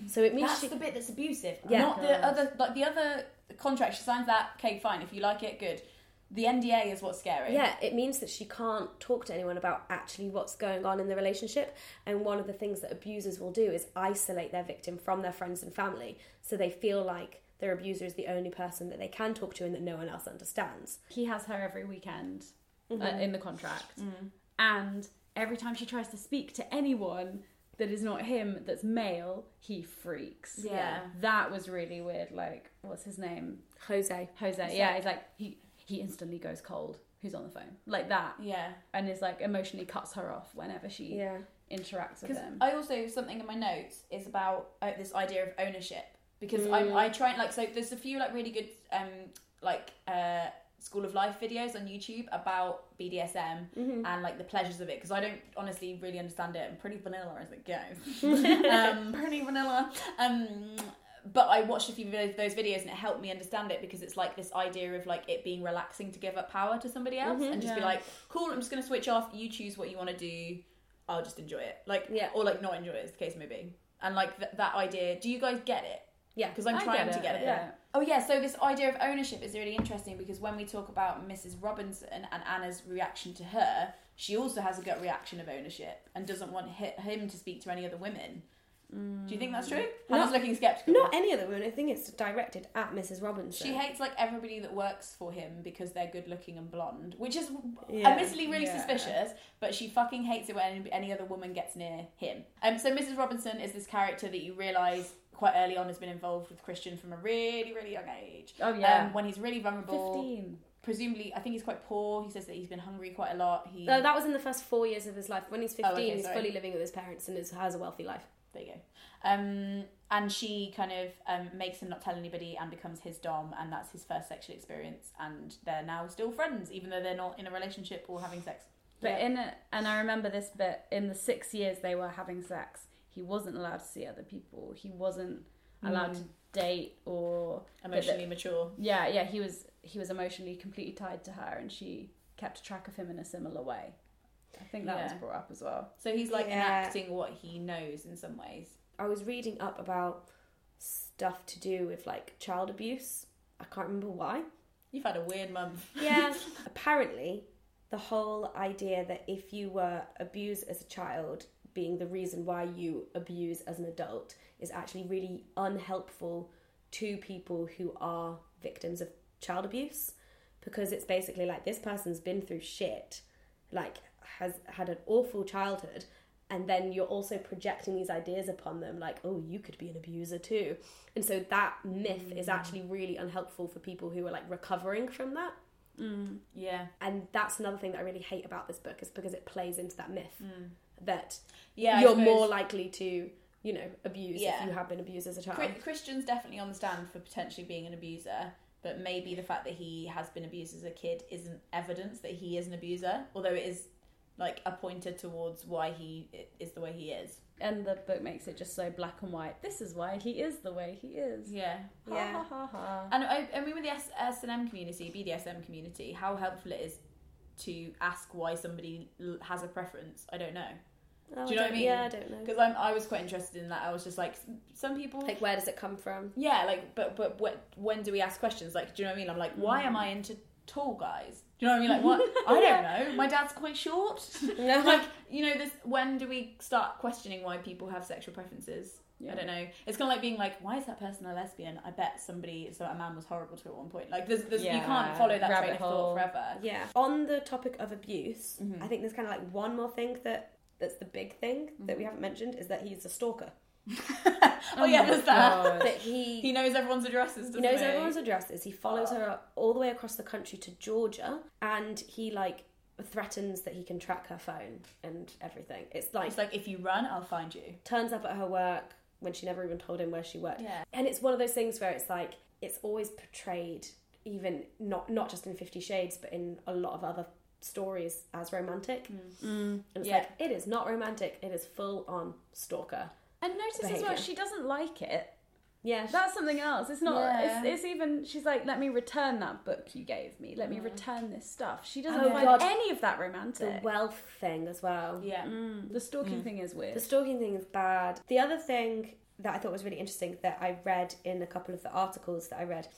So it means Mm. That's she the bit that's abusive. Yeah. Not the other like the other contract. She signs that. Okay, fine. If you like it, good. The NDA is what's scary. yeah, it means that she can't talk to anyone about actually what's going on in the relationship. And one of the things that abusers will do is isolate their victim from their friends and family so they feel like their abuser is the only person that they can talk to and that no one else understands. He has her every weekend uh, in the contract, and every time she tries to speak to anyone that is not him, that's male, he freaks. Yeah. that was really weird. Like, what's his name? Jose. Jose. yeah, he's like he he instantly goes cold. Who's on the phone? Like that. Yeah. And is like emotionally cuts her off whenever she Yeah. interacts with Because him. I also something in my notes is about uh, this idea of ownership because I, I try and like so there's a few like really good um like uh school of life videos on YouTube about BDSM and like the pleasures of it because I don't honestly really understand it. I'm pretty vanilla as it goes. um, pretty vanilla. Um, but I watched a few of those videos and it helped me understand it because it's like this idea of like it being relaxing to give up power to somebody else and just be like, cool, I'm just gonna switch off. You choose what you want to do. I'll just enjoy it, like Yeah. or like not enjoy it, as the case may be. And like th- that idea. Do you guys get it? Yeah. because I'm I trying get to it, get it. yeah. Oh yeah, so this idea of ownership is really interesting because when we talk about Mrs. Robinson and Anna's reaction to her, she also has a gut reaction of ownership and doesn't want hi- him to speak to any other women. Do you think that's true? Hannah's looking skeptical. Not any other woman. I think it's directed at Mrs. Robinson. She hates like everybody that works for him because they're good looking and blonde, which is Yeah. admittedly really suspicious. But she fucking hates it when any- any other woman gets near him. Um, so Mrs. Robinson is this character that you realise quite early on has been involved with Christian from a really really young age. Oh, yeah. um, when he's really vulnerable. 15. Presumably, I think he's quite poor. He says that he's been hungry quite a lot. He No, Oh, that was in the first four years of his life. When he's 15, Oh, okay, he's sorry. fully living with his parents and is, has a wealthy life. there you go. Um, and she kind of um, makes him not tell anybody and becomes his dom, and that's his first sexual experience. And they're now still friends, even though they're not in a relationship or having sex. But in it, and I remember this bit in the six years they were having sex, he wasn't allowed to see other people. He wasn't Mm. allowed to date or but the- Emotionally mature. yeah, yeah. He was he was emotionally completely tied to her, and she kept track of him in a similar way. I think that was Yeah. brought up as well. So he's like Yeah. enacting what he knows in some ways. I was reading up about stuff to do with like child abuse. I can't remember why. You've had a weird month. Yeah. Apparently, the whole idea that if you were abused as a child, being the reason why you abuse as an adult, is actually really unhelpful to people who are victims of child abuse because it's basically like this person's been through shit, like has had an awful childhood. And then you're also projecting these ideas upon them, like, oh, you could be an abuser too. And so that myth is actually really unhelpful for people who are like recovering from that Yeah. and that's another thing that I really hate about this book is because it plays into that myth that Mm. Yeah, I you're more suppose- likely to you know abuse Yeah. if you have been abused as a child. Chri- Christian's definitely on the stand for potentially being an abuser, but maybe the fact that he has been abused as a kid isn't evidence that he is an abuser, although it is like a pointer towards why he i- is the way he is. And the book makes it just so black and white. This is why he is the way he is. Yeah. Yeah. Ha ha ha. And I, I mean, with the S- S&M community, BDSM community, how helpful it is to ask why somebody l- has a preference. I don't know. Oh, Do you I know what I don't- mean? Yeah, I don't know. Because I was quite interested in that. I was just like, s- some people. Like, where does it come from? yeah, like, but but what, when do we ask questions? Like, do you know what I mean? I'm like, why am I into tall guys? Do you know what I mean? Like, what? I don't know. My dad's quite short. like, you know, this. When do we start questioning why people have sexual preferences? I don't know. It's kind of like being like, why is that person a lesbian? I bet somebody, so a man was horrible to at one point. Like, there's, there's you can't Yeah. follow that Rabbit train of hole. thought forever. Yeah. On the topic of abuse, Mm-hmm. I think there's kind of like one more thing that that's the big thing Mm-hmm. that we haven't mentioned is that he's a stalker. oh, yeah, there's that. That he He knows everyone's addresses. Doesn't He knows everyone's addresses. He follows her all the way across the country to Georgia, and he like threatens that he can track her phone and everything. It's like, It's like if you run, I'll find you. turns up at her work when she never even told him where she worked. Yeah. And it's one of those things where it's like it's always portrayed, even not not just in Fifty Shades, but in a lot of other stories as romantic. And it's Mm. Yeah. like it is not romantic. It is full on stalker. And notice as well, Behaviour. she doesn't like it. Yeah. That's something else. It's not. Yeah. It's, it's even. She's like, let me return that book you gave me. Let me return this stuff. She doesn't Oh, find God. any of that the romantic. The, Mm. wealth thing as well. Yeah. stalking thing is weird. The stalking thing is bad. The other thing that I thought was really interesting that I read in a couple of the articles that I read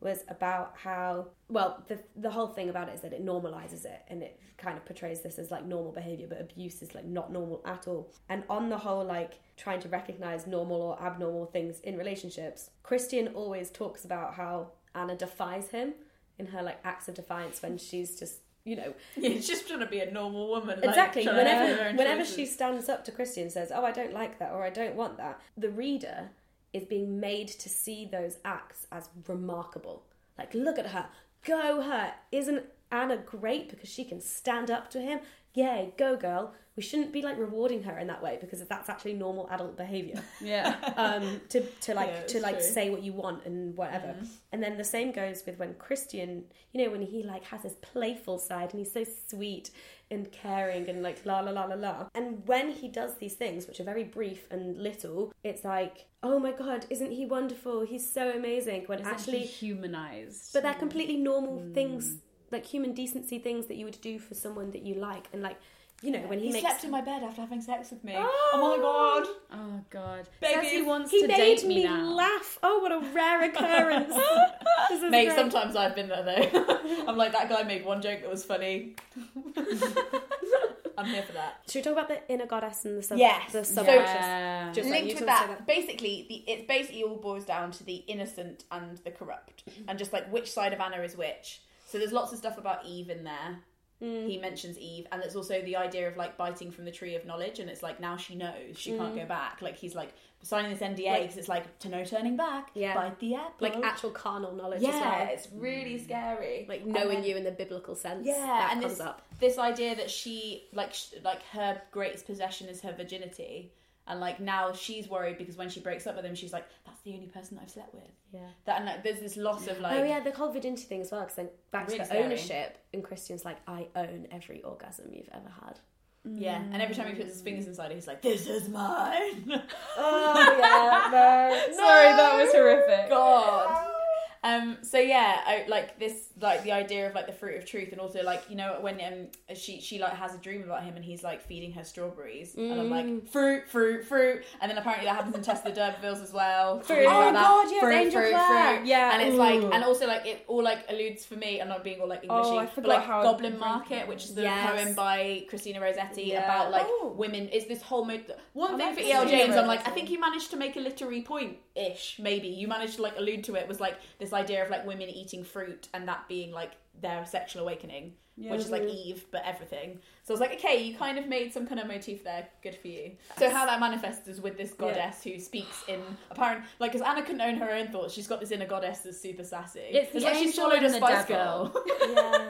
was about how well the the whole thing about it is that it normalizes it and it kind of portrays this as like normal behavior but abuse is like not normal at all and on the whole like trying to recognize normal or abnormal things in relationships christian always talks about how anna defies him in her like acts of defiance when she's just you know Yeah, it's just trying to be a normal woman. like, Exactly. trying to have her whenever own whenever choices. she stands up to Christy and says, "Oh, I don't like that," or "I don't want that," the reader is being made to see those acts as remarkable. Like, look at her, go her. Isn't Anna great because she can stand up to him? Yay, go girl. we shouldn't be like rewarding her in that way because that's actually normal adult behavior. Yeah. um, to, to like Yeah, to it's like true. Mm-hmm. say what you want and whatever. And then the same goes with when Christian, you know, when he like has his playful side and he's so sweet and caring and like la la la la la. And when he does these things, which are very brief and little, it's like, oh my god, isn't he wonderful? He's so amazing. When It's actually actually, humanized. but they're completely normal things, like human decency things that you would do for someone that you like. And like, you know, when he, He makes slept in my bed after having sex with me. Oh my god. oh god, Baby, Says he wants He to made date me, me, now. laugh. Oh, what a rare occurrence. This is Mate, great. sometimes I've been there though. I'm like, that guy made one joke that was funny. I'm here for that. Should we talk about the inner goddess and the sub? Yes. The So- subconscious. Yeah. Just like you Linked with talked that, about- basically, the, it basically all boils down to the innocent and the corrupt, and just like which side of Anna is which. So there's lots of stuff about Eve in there. He mentions Eve, and there's also the idea of like biting from the tree of knowledge, and it's like now she knows she can't go back. Like he's like signing this NDA because it's Hmm. like to no turning back. Yeah. bite the apple. Like actual carnal knowledge as yeah, well. it's really scary. Mm. Like And knowing then- you in the biblical sense. yeah, that and comes this, up. this idea that she like sh- like her greatest possession is her virginity, and like now she's worried because when she breaks up with him, she's like, "That's the only person I've slept with." Yeah. that and like, there's this loss of like, oh yeah, the whole virginity thing as well. Because then back Really to the scary. ownership, and Christian's like, I own every orgasm you've ever had. yeah, and every time he puts his Mm. fingers inside it, he's like, "This is mine." Oh yeah, Sorry, that was horrific. God. Um, so yeah, I, like this, like the idea of like the fruit of truth, and also like you know when um, she she like has a dream about him, and he's like feeding her strawberries, and I'm Mm. like fruit, fruit, fruit, and then apparently that happens in Test of the D'Urbervilles as well. Fruit. Oh, God, yeah, fruit, the Angel Claire. yeah, and it's like, and also like it all like alludes for me, and not being all like Oh, Englishy, I but forgot like how Goblin drink Market, it which is the Yes. poem by Christina Rossetti Yeah. about like Oh. women. Is this whole mo- one thing for that's E.L. Christina James? I'm like, I Rossetti. think you managed to make a literary point ish maybe you managed to like allude to it was like this idea of like women eating fruit and that being like their sexual awakening which is like eve but everything so i was like okay you kind of made some kind of motif there good for you so how that manifests is with this goddess who speaks in apparent like because anna couldn't own her own thoughts she's got this inner goddess that's super sassy It's the like she angel swallowed a and the spice devil. girl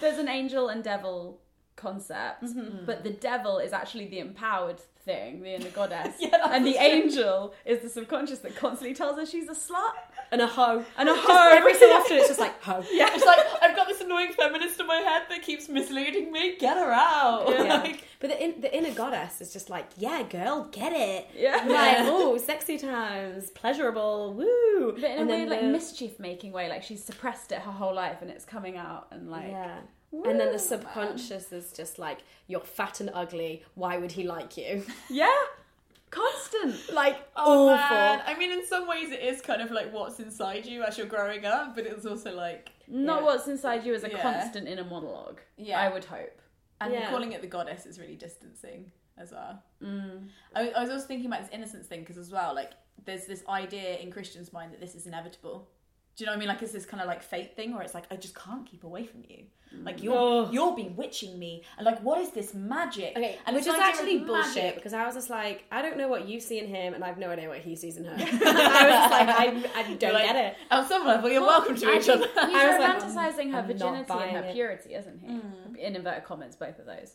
There's an angel and devil concept, Mm. but the devil is actually the empowered thing, the inner goddess, and the angel is the subconscious that constantly tells her she's a slut and a hoe, and a Just hoe. Every so often, it's just like hoe. yeah it's like i've got this annoying feminist in my head that keeps misleading me get her out Yeah. like But the, in, the inner goddess is just like, yeah, girl, get it. Yeah. Like, oh, sexy times, pleasurable, woo. But in a weird, like the- mischief making way, like she's suppressed it her whole life and it's coming out and like Yeah. and then the subconscious is just like, you're fat and ugly. Why would he like you? Yeah. Constant. like Oh, awful. man. I mean, in some ways, it is kind of like what's inside you as you're growing up, but it's also like Not what's inside you is a Yeah. constant inner monologue. Yeah. I would hope. and Yeah. calling it the goddess is really distancing as well. Mm. I, I was also thinking about this innocence thing because as well, like there's this idea in Christian's mind that this is inevitable. Do you know what I mean? Like, it's this kind of like fate thing, or it's like I just can't keep away from you. Mm. Like you're you're bewitching me, and like what is this magic? Okay, and which this is idea of actually bullshit magic- because I was just like, I don't know what you see in him, and I have no idea what he sees in her. I was just like, I, I don't Like, get it. On some level, you're welcome to I each think other. He's I romanticizing was like, her I'm not virginity buying and her it. purity, isn't he? In inverted commas, both of those.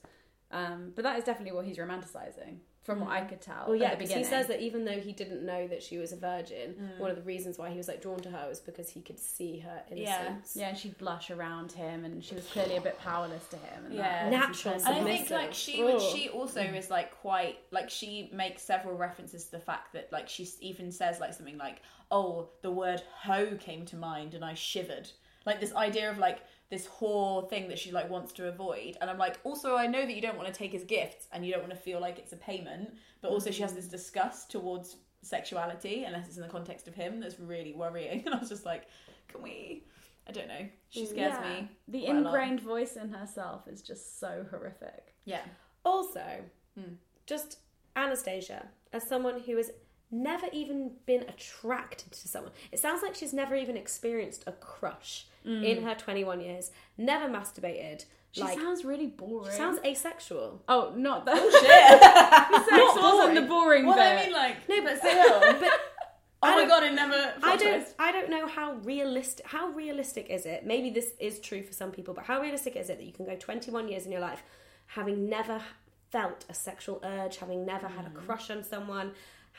Um, but that is definitely what he's romanticizing, from what I could tell. Well, yeah, at the because he beginning. says that even though he didn't know that she was a virgin, one of the reasons why he was like drawn to her was because he could see her innocence. Yeah, and she'd blush around him, and she was clearly a bit powerless to him. And that Yeah. Natural. And And I submissive. think like she would, Ugh. she also Mm. is like quite like she makes several references to the fact that like she s- even says like something like oh the word hoe came to mind and I shivered like this idea of like this whore thing that she like wants to avoid and I'm like also I know that you don't want to take his gifts and you don't want to feel like it's a payment but also she Mm. has this disgust towards sexuality unless it's in the context of him that's really worrying and I was just like can we I don't know she scares Mm, Yeah. me The quite a lot. ingrained voice in herself is just so horrific. yeah Also, Hmm. just Anastasia, as someone who has never even been attracted to someone, it sounds like she's never even experienced a crush in her 21 years, never masturbated. Hmm. She like, sounds really boring. she sounds asexual. Oh, not that. shit. Sex wasn't the boring Well, bit. I mean, like, No, but still. but oh my don't- god, I never. I don't I don't know how realistic how realistic is it? Maybe this is true for some people, but how realistic is it that you can go 21 years in your life having never felt a sexual urge, having never had a crush on someone,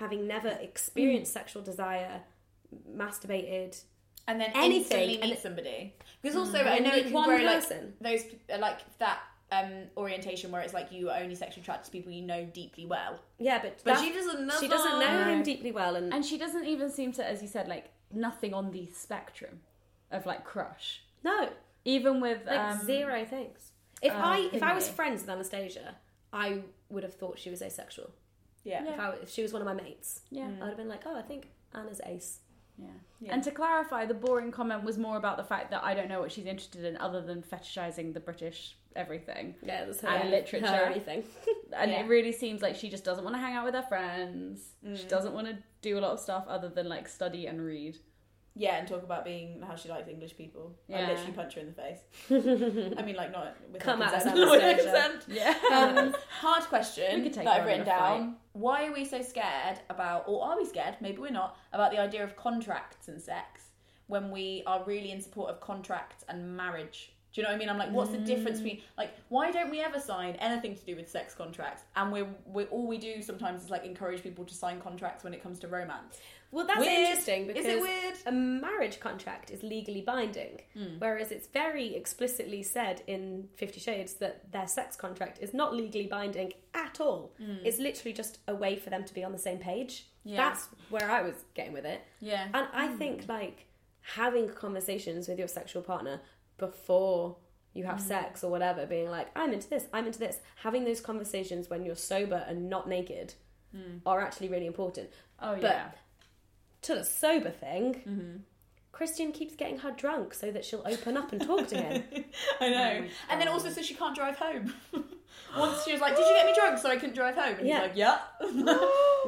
having never experienced sexual desire, masturbated. and then Anything, instantly and meet it- somebody. Because also, I know it meet can one grow like person. those uh, like that um, orientation where it's like you are only sexually attracted to people you know deeply well. Yeah, but, But that- she doesn't know She doesn't know that. him deeply well, and, And she doesn't even seem to, as you said, like nothing on the spectrum of like crush. no, Even with like um, zero things. If I if I was thingy. friends with Anastasia, I would have thought she was asexual. Yeah. If, I, if she was one of my mates, Yeah. I would have been like, oh, I think Anna's ace. Yeah. And to clarify, the boring comment was more about the fact that I don't know what she's interested in other than fetishizing the British everything. Yeah, that's her. And literature. her anything. And Yeah. it really seems like she just doesn't want to hang out with her friends. She doesn't want to do a lot of stuff other than like study and read. Yeah, and talk about being how she likes English people. Yeah. I literally punch her in the face. I mean, like not with Come her at us, consent, not with her Anastasia. consent. Yeah. Um, hard question We could take that her I've on written in a fight. down. Why are we so scared about, or are we scared? Maybe we're not about the idea of contracts and sex when we are really in support of contracts and marriage. Do you know what I mean? I'm like, what's the difference between like why don't we ever sign anything to do with sex contracts? And we're we all we do sometimes is like encourage people to sign contracts when it comes to romance. Well, that's Weird. interesting Is it because weird? Hmm. a marriage contract is legally binding, whereas it's very explicitly said in Fifty Shades that their sex contract is not legally binding at all. Hmm. It's literally just a way for them to be on the same page. That's where I was getting with it. Yeah. Hmm. And I think, like, having conversations with your sexual partner before you Hmm. have sex or whatever, being like, I'm into this, I'm into this, having those conversations when you're sober and not naked Hmm. are actually really important. Oh, But yeah. to the sober thing, Christian keeps getting her drunk so that she'll open up and talk to him. I know. and then also, so she can't drive home. Once she was like, "Did you get me drunk so I couldn't drive home?" And Yeah. he's like, "Yeah."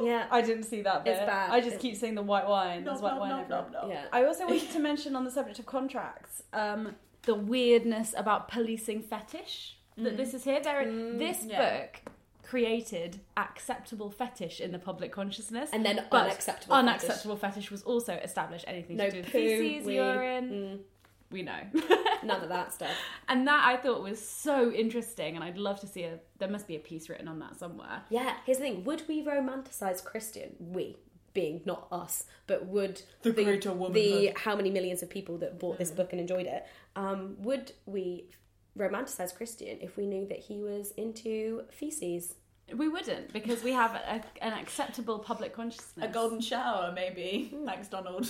yeah. I didn't see that bit. It's bad. I just It's- keep seeing the white wine. Nom, There's white nom, wine nom, everywhere. nom, nom. Yeah. I also wanted to mention on the subject of contracts um, the weirdness about policing fetish that Mm. this is here. Darren, this yeah. book created acceptable fetish in the public consciousness, And then but unacceptable unacceptable fetish. was also established. Anything No to do with poo, feces, wee, urine, we know. None of that stuff. and that I thought was so interesting, and I'd love to see a. There must be a piece written on that somewhere. Yeah, here's the thing would we romanticize Christian? We. Being not us, but would the, greater the womanhood. how many millions of people that bought this book and enjoyed it? Um, would we romanticize Christian if we knew that he was into feces? We wouldn't because we have a, an acceptable public consciousness. A golden shower, maybe. Thanks, Donald.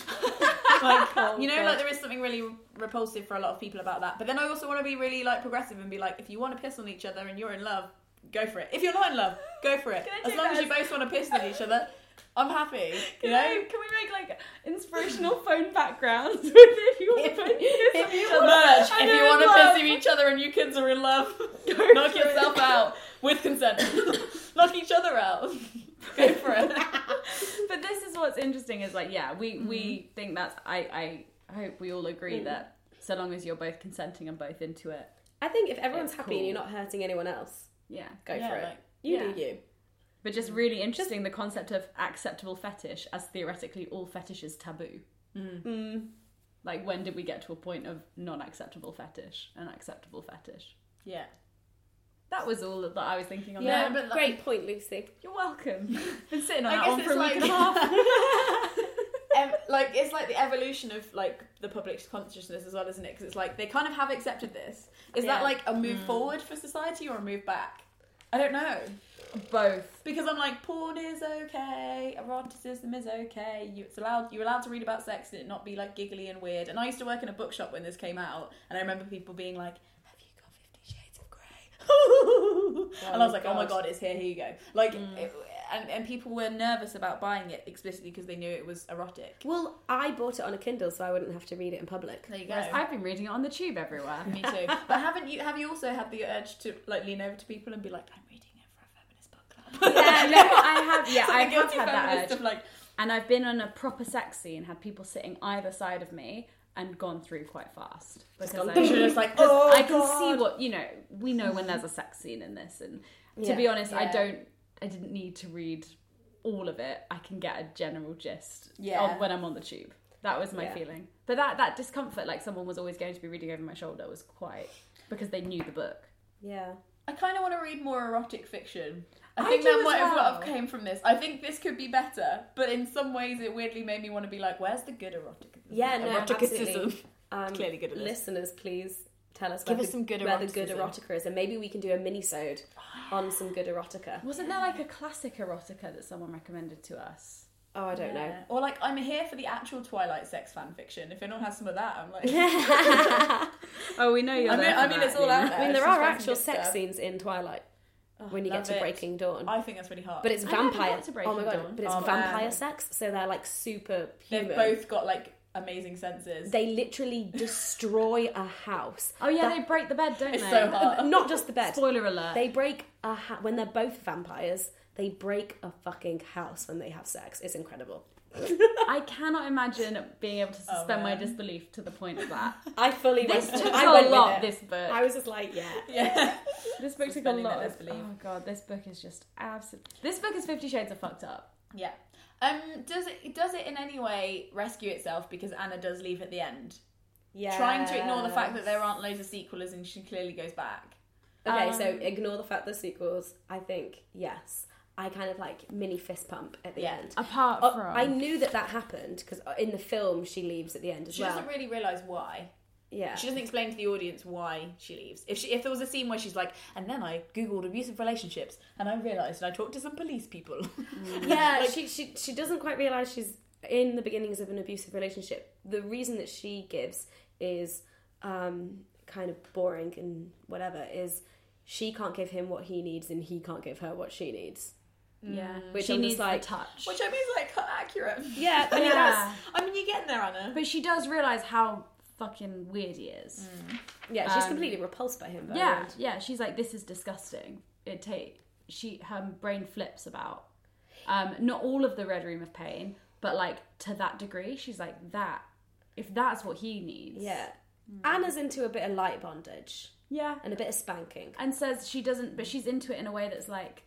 like, Hmm. you know, like there is something really repulsive for a lot of people about that. But then I also want to be really like progressive and be like, if you want to piss on each other and you're in love, go for it. If you're not in love, go for it. Can I As do long as that you as- both want to piss with each other, I'm happy. You Can, know. I- can we make like inspirational phone backgrounds with if you want to put if you want merge, if you want to piss with each other and you kids are in love, knock for it. yourself out with consent. knock each other out. Go for it. But this is what's interesting is like, yeah, we, Mm-hmm. we think that's, I, I hope we all Mm. agree that so long as you're both consenting and both into it, I think if everyone's It's happy and cool. you're not hurting anyone else, yeah. go Yeah, for it. like, you yeah. do you. But just really interesting the concept of acceptable fetish as theoretically all fetish is taboo. Mm. Like, when did we get to a point of non acceptable fetish and acceptable fetish? Yeah. That was all that I was thinking on Yeah, that. but like- Great point, Lucy. You're welcome. Been sitting on I that guess one for it's a week and like- a half. ev- like it's like the evolution of like the public consciousness as well, isn't it? Because it's like they kind of have accepted this. Is Yeah. that like a Hmm. move forward for society or a move back? I don't know. Both. Because I'm like, porn is okay, eroticism is okay. You, it's allowed. You're allowed to read about sex and it not be like giggly and weird. And I used to work in a bookshop when this came out, and I remember people being like, "Have you got Fifty Shades of Grey?" and I was like, "Oh my god, it's here. Here you go." Like, Mm. it, and and people were nervous about buying it explicitly because they knew it was erotic. Well, I bought it on a Kindle so I wouldn't have to read it in public. There you go. Whereas I've been reading it on the tube everywhere. Me too. but haven't you? Have you also had the urge to like lean over to people and be like, "I'm reading it for a feminist book club." yeah, no, I have. Yeah, So the I have guilty had that feminist urge. of like, And I've been on a proper sex scene, had people sitting either side of me, and gone through quite fast because I, You're just like, because "Oh, I can God." see what you know. We know when there's a sex scene in this, and to be honest, I don't. I didn't need to read all of it. I can get a general gist Yeah. of when I'm on the tube. That was my feeling. But that that discomfort, like someone was always going to be reading over my shoulder, was quite because they knew the book. Yeah. I kind of want to read more erotic fiction. I, I think do that as might have well. what came from this. I think this could be better, but in some ways, it weirdly made me want to be like, "Where's the good erotic?" Yeah, no, absolutely. eroticism. Um, Clearly good at this. Listeners, please tell us Give where, us the, some good where the good eroticism. erotica is, and maybe we can do a mini-sode on some good erotica. Wasn't there like a classic erotica that someone recommended to us? Oh, I don't know. Yeah. Or like, I'm here for the actual Twilight sex fan fiction. If anyone has some of that, I'm like, Oh, we know you're I mean, I mean, it's all out there. I mean, It's there just are got some actual good sex stuff. scenes in Twilight when you get Love to it. Breaking Dawn. I think that's really hard. but it's Oh, I never vampire. got to Oh Breaking my god! Dawn. But it's Oh, vampire man. sex, so they're like super they've human. both got like amazing senses. They literally destroy a house. Oh yeah, That- they break the bed, don't It's they? so hard. Not just the bed. Spoiler alert. They break a ha- when they're both vampires. They break a fucking house when they have sex. It's incredible. I cannot imagine being able to suspend my Oh, man. disbelief to the point of that. I fully This went. took I a went with lot, it. this book. I was just like, yeah. yeah. This book took a Suspending lot. their Of, disbelief. oh god, this book is just absolutely. This book is Fifty Shades of fucked up. Yeah. Um, does it does it in any way rescue itself because Anna does leave at the end, yeah. trying to ignore the fact that there aren't loads of sequels and she clearly goes back. Okay, so ignore the fact the sequels. I think yes. I kind of like mini fist pump at the Yeah. end. Apart Oh, from, I knew that that happened because in the film she leaves at the end as She well. doesn't really realize why. yeah. She doesn't explain to the audience why she leaves. If she if there was a scene where she's like, and then I googled abusive relationships and I realized and I talked to some police people. Mm. yeah, she, she she doesn't quite realize she's in the beginnings of an abusive relationship. The reason that she gives is um, kind of boring and whatever is she can't give him what he needs and he can't give her what she needs. yeah, Which she I'm just needs like- the touch. Which I mean is like quite accurate. Yeah, I mean, yeah, I mean you're getting there, Anna. but she does realize how fucking weird he is. Mm. yeah, she's completely repulsed by him. By Yeah, the end. yeah. She's like, this is disgusting. It take she her brain flips about. Um, not all of the red room of pain, but like to that degree, she's like that. If that's what he needs, yeah. Anna's into a bit of light bondage yeah. and a bit of spanking. And says she doesn't, but she's into it in a way that's like,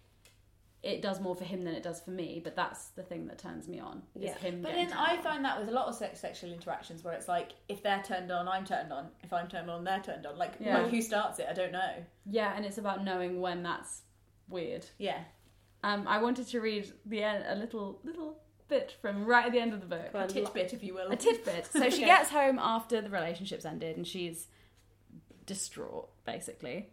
it does more for him than it does for me. But that's the thing that turns me on. Is Yeah. him. But getting then turned I on. find that with a lot of sex, sexual interactions where it's like, if they're turned on, I'm turned on. If I'm turned on, they're turned on. Like, Yeah. like who starts it? I don't know. yeah, and it's about knowing when that's weird. Yeah. Um, I wanted to read the end, a little little bit from right at the end of the book. A tidbit, if you will. a tidbit. So she gets home after the relationship's ended and she's distraught, basically.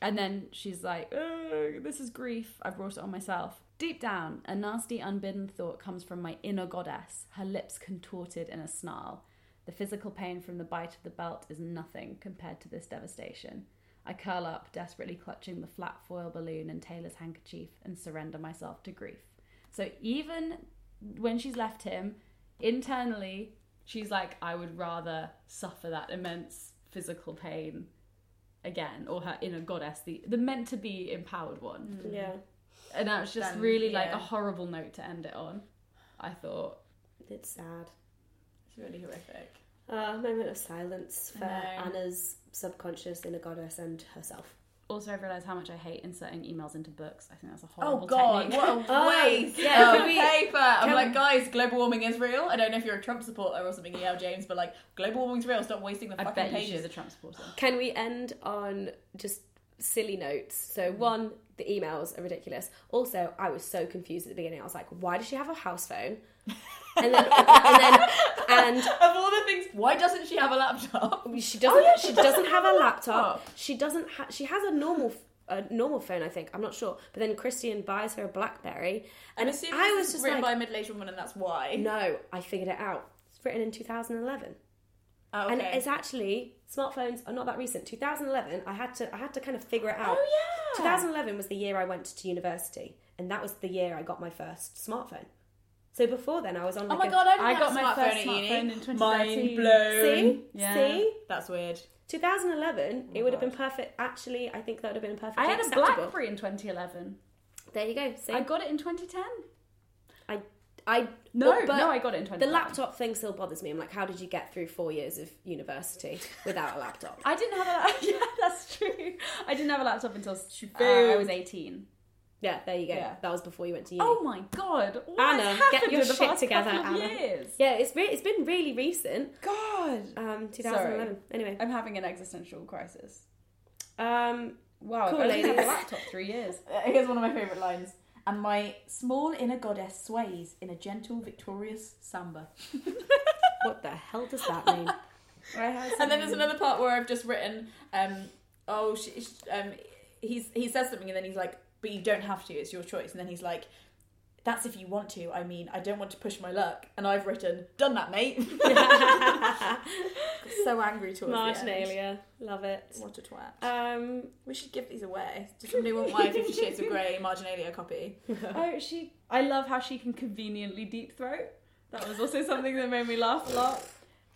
And then she's like, "Ugh, this is grief. I brought it on myself. Deep down, a nasty, unbidden thought comes from my inner goddess, her lips contorted in a snarl. The physical pain from the bite of the belt is nothing compared to this devastation. I curl up, desperately clutching the flat foil balloon and Taylor's handkerchief, and surrender myself to grief. So even when she's left him, internally, she's like, I would rather suffer that immense physical pain again, or her inner goddess, the, the meant to be empowered one. Yeah, And that was just Mm. Then, really like yeah. a horrible note to end it on, I thought. it's sad. It's really horrific. A moment of silence for I know. Anna's subconscious inner goddess and herself. Also, I've realised how much I hate inserting emails into books. I think that's a Oh, horrible God. technique. What a Oh, waste yeah, of can we- paper. I'm can- like, guys, global warming is real. I don't know if you're a Trump supporter or something, E.L. James, but like, global warming's real. Stop wasting the I fucking bet you she's pages. a Trump supporter. Can we end on just silly notes? So one, the emails are ridiculous. Also, I was so confused at the beginning. I was like, why does she have a house phone? And then, and then, of all the things, why doesn't she have a laptop? and she doesn't. Oh, she doesn't have a laptop. She doesn't. Ha- she has a normal. f- A normal phone, I think. I'm not sure. But then Christian buys her a BlackBerry, and I'm assuming I this was is just written like, by a middle-aged woman, and that's why. no, I figured it out. It's written in 2011. Oh, okay. And it's actually smartphones are not that recent. 2011, I had to I had to kind of figure it out. Oh, yeah. 2011 was the year I went to university, and that was the year I got my first smartphone. So before then, I was on Oh like my a- god, I didn't I have got a my smartphone first at smartphone uni. in 2013. Mind blown. see Yeah. Oh see That's weird. 2011. it would have been perfect. Actually, I think that would have been perfect. I had a acceptable. Blackberry in 2011. There you go. See, I got it in 2010. I I No, no, I got it in The 2011. laptop thing still bothers me. I'm like, how did you get through four years of university without a laptop? I didn't have a laptop. yeah, that's true. I didn't have a laptop until uh, I was 18. yeah, there you go. Yeah. That was before you went to uni. Oh my god. What Anna, has get happened your in the shit past together, couple of Anna. years? Yeah, it's re- it's been really recent. God. Um, 2011. Sorry. Anyway, I'm having an existential crisis. um, Wow, Cool I didn't have ladies. a laptop three years. Uh, Here's one of my favourite lines. And my small inner goddess sways in a gentle, victorious samba. What the hell does that mean? and then there's another part where I've just written, um, oh, she, she- um, he's he says something and then he's like, but you don't have to. It's your choice. And then he's like, that's if you want to. I mean, I don't want to push my luck. And I've written, done that, mate. so angry towards the end. Marginalia. Love it. What a twat. Um, we should give these away. Does somebody want my Fifty Shades of Grey Marginalia copy? Oh, she. I love how she can conveniently deep throat. That was also something that made me laugh a lot.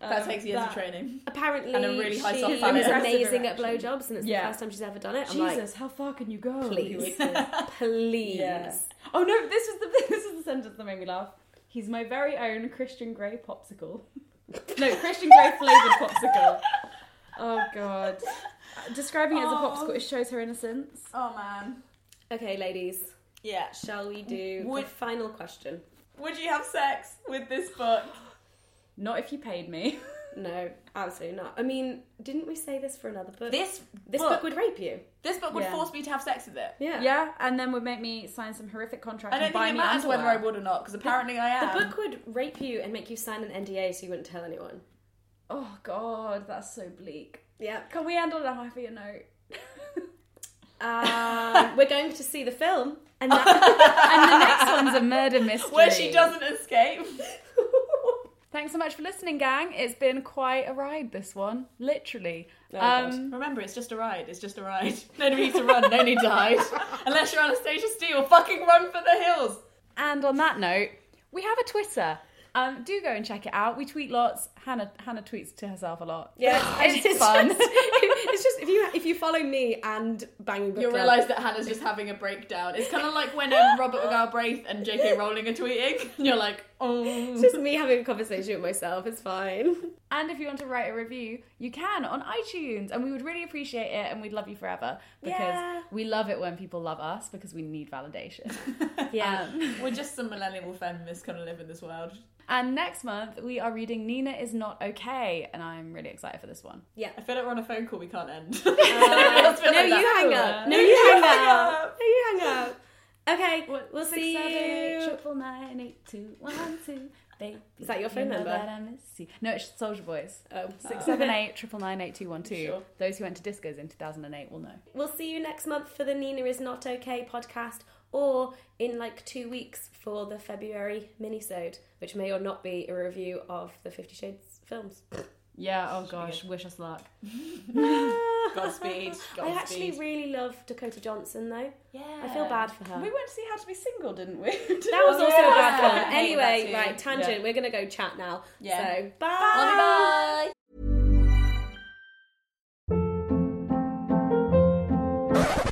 That Um, takes years of that- training. apparently, And a really high she soft is palate. amazing at Impressive erection. blowjobs, and it's Yeah. the first time she's ever done it. I'm like, Jesus, how far can you go? please, He whispers. please. Yeah. Oh no, this is the this is the sentence that made me laugh. He's my very own Christian Grey popsicle. no, Christian Grey flavored popsicle. Oh god. Describing it as a popsicle, it shows her innocence. Oh man. Okay, ladies, Yeah. shall we do Would- the final question? Would you have sex with this book? Not if you paid me. No, absolutely not. I mean, didn't we say this for another book? This this book, would rape you. this book would Yeah. force me to have sex with it. Yeah. yeah, and then would make me sign some horrific contract I don't and buy think it me matters underwear. whether I would or not because apparently I The am. book would rape you and make you sign an NDA so you wouldn't tell anyone. Oh god, that's so bleak. Yeah. Can we end on a happier note? Um, we're going to see the film, and that, and the next one's a murder mystery. where she doesn't escape. Thanks so much for listening, gang. It's been quite a ride, this one. Literally. Oh, um, Remember, it's just a ride. It's just a ride. No need to run. No need to hide. Unless you're Anastasia Steele, fucking run for the hills. And on that note, we have a Twitter. Um, do go and check it out. We tweet lots. Hannah Hannah tweets to herself a lot. yeah, It's fun. Just, it's just if you if you follow me and Banging Book You'll Club, realise that Hannah's just having a breakdown. It's kind of like when um, Robert Galbraith and J.K. Rowling are tweeting, and you're like, oh. it's just me having a conversation with myself. It's fine. And if you want to write a review, you can on iTunes, and we would really appreciate it, and we'd love you forever because Yeah. we love it when people love us because we need validation. Yeah. Um, We're just some millennial feminists kind of live in this world. and next month we are reading Nina is not okay, and I'm really excited for this one. I feel like we're on a phone call we can't end. no, no, you hang up. No, you hang up. No, you hang up. Okay, we'll Six, see seven, eight, you. triple nine, eight, two, one, two, baby. Is that your phone number? No, it's Soldier Boys. Oh, Six seven eight triple nine eight two one two. Sure. Those who went to discos in two thousand and eight will know. We'll see you next month for the Nina is Not Okay podcast, or in like two weeks for the February minisode, which may or not be a review of the Fifty Shades films. Yeah. Oh gosh. Wish us luck. Godspeed. I Godspeed. actually really love Dakota Johnson though. yeah. I feel bad for her. We went to see How to Be Single, didn't we? that was also Yeah. bad I fun. hated that Anyway, too. right, tangent. We're gonna go chat now. Yeah. So Bye.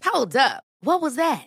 Hold up. What was that?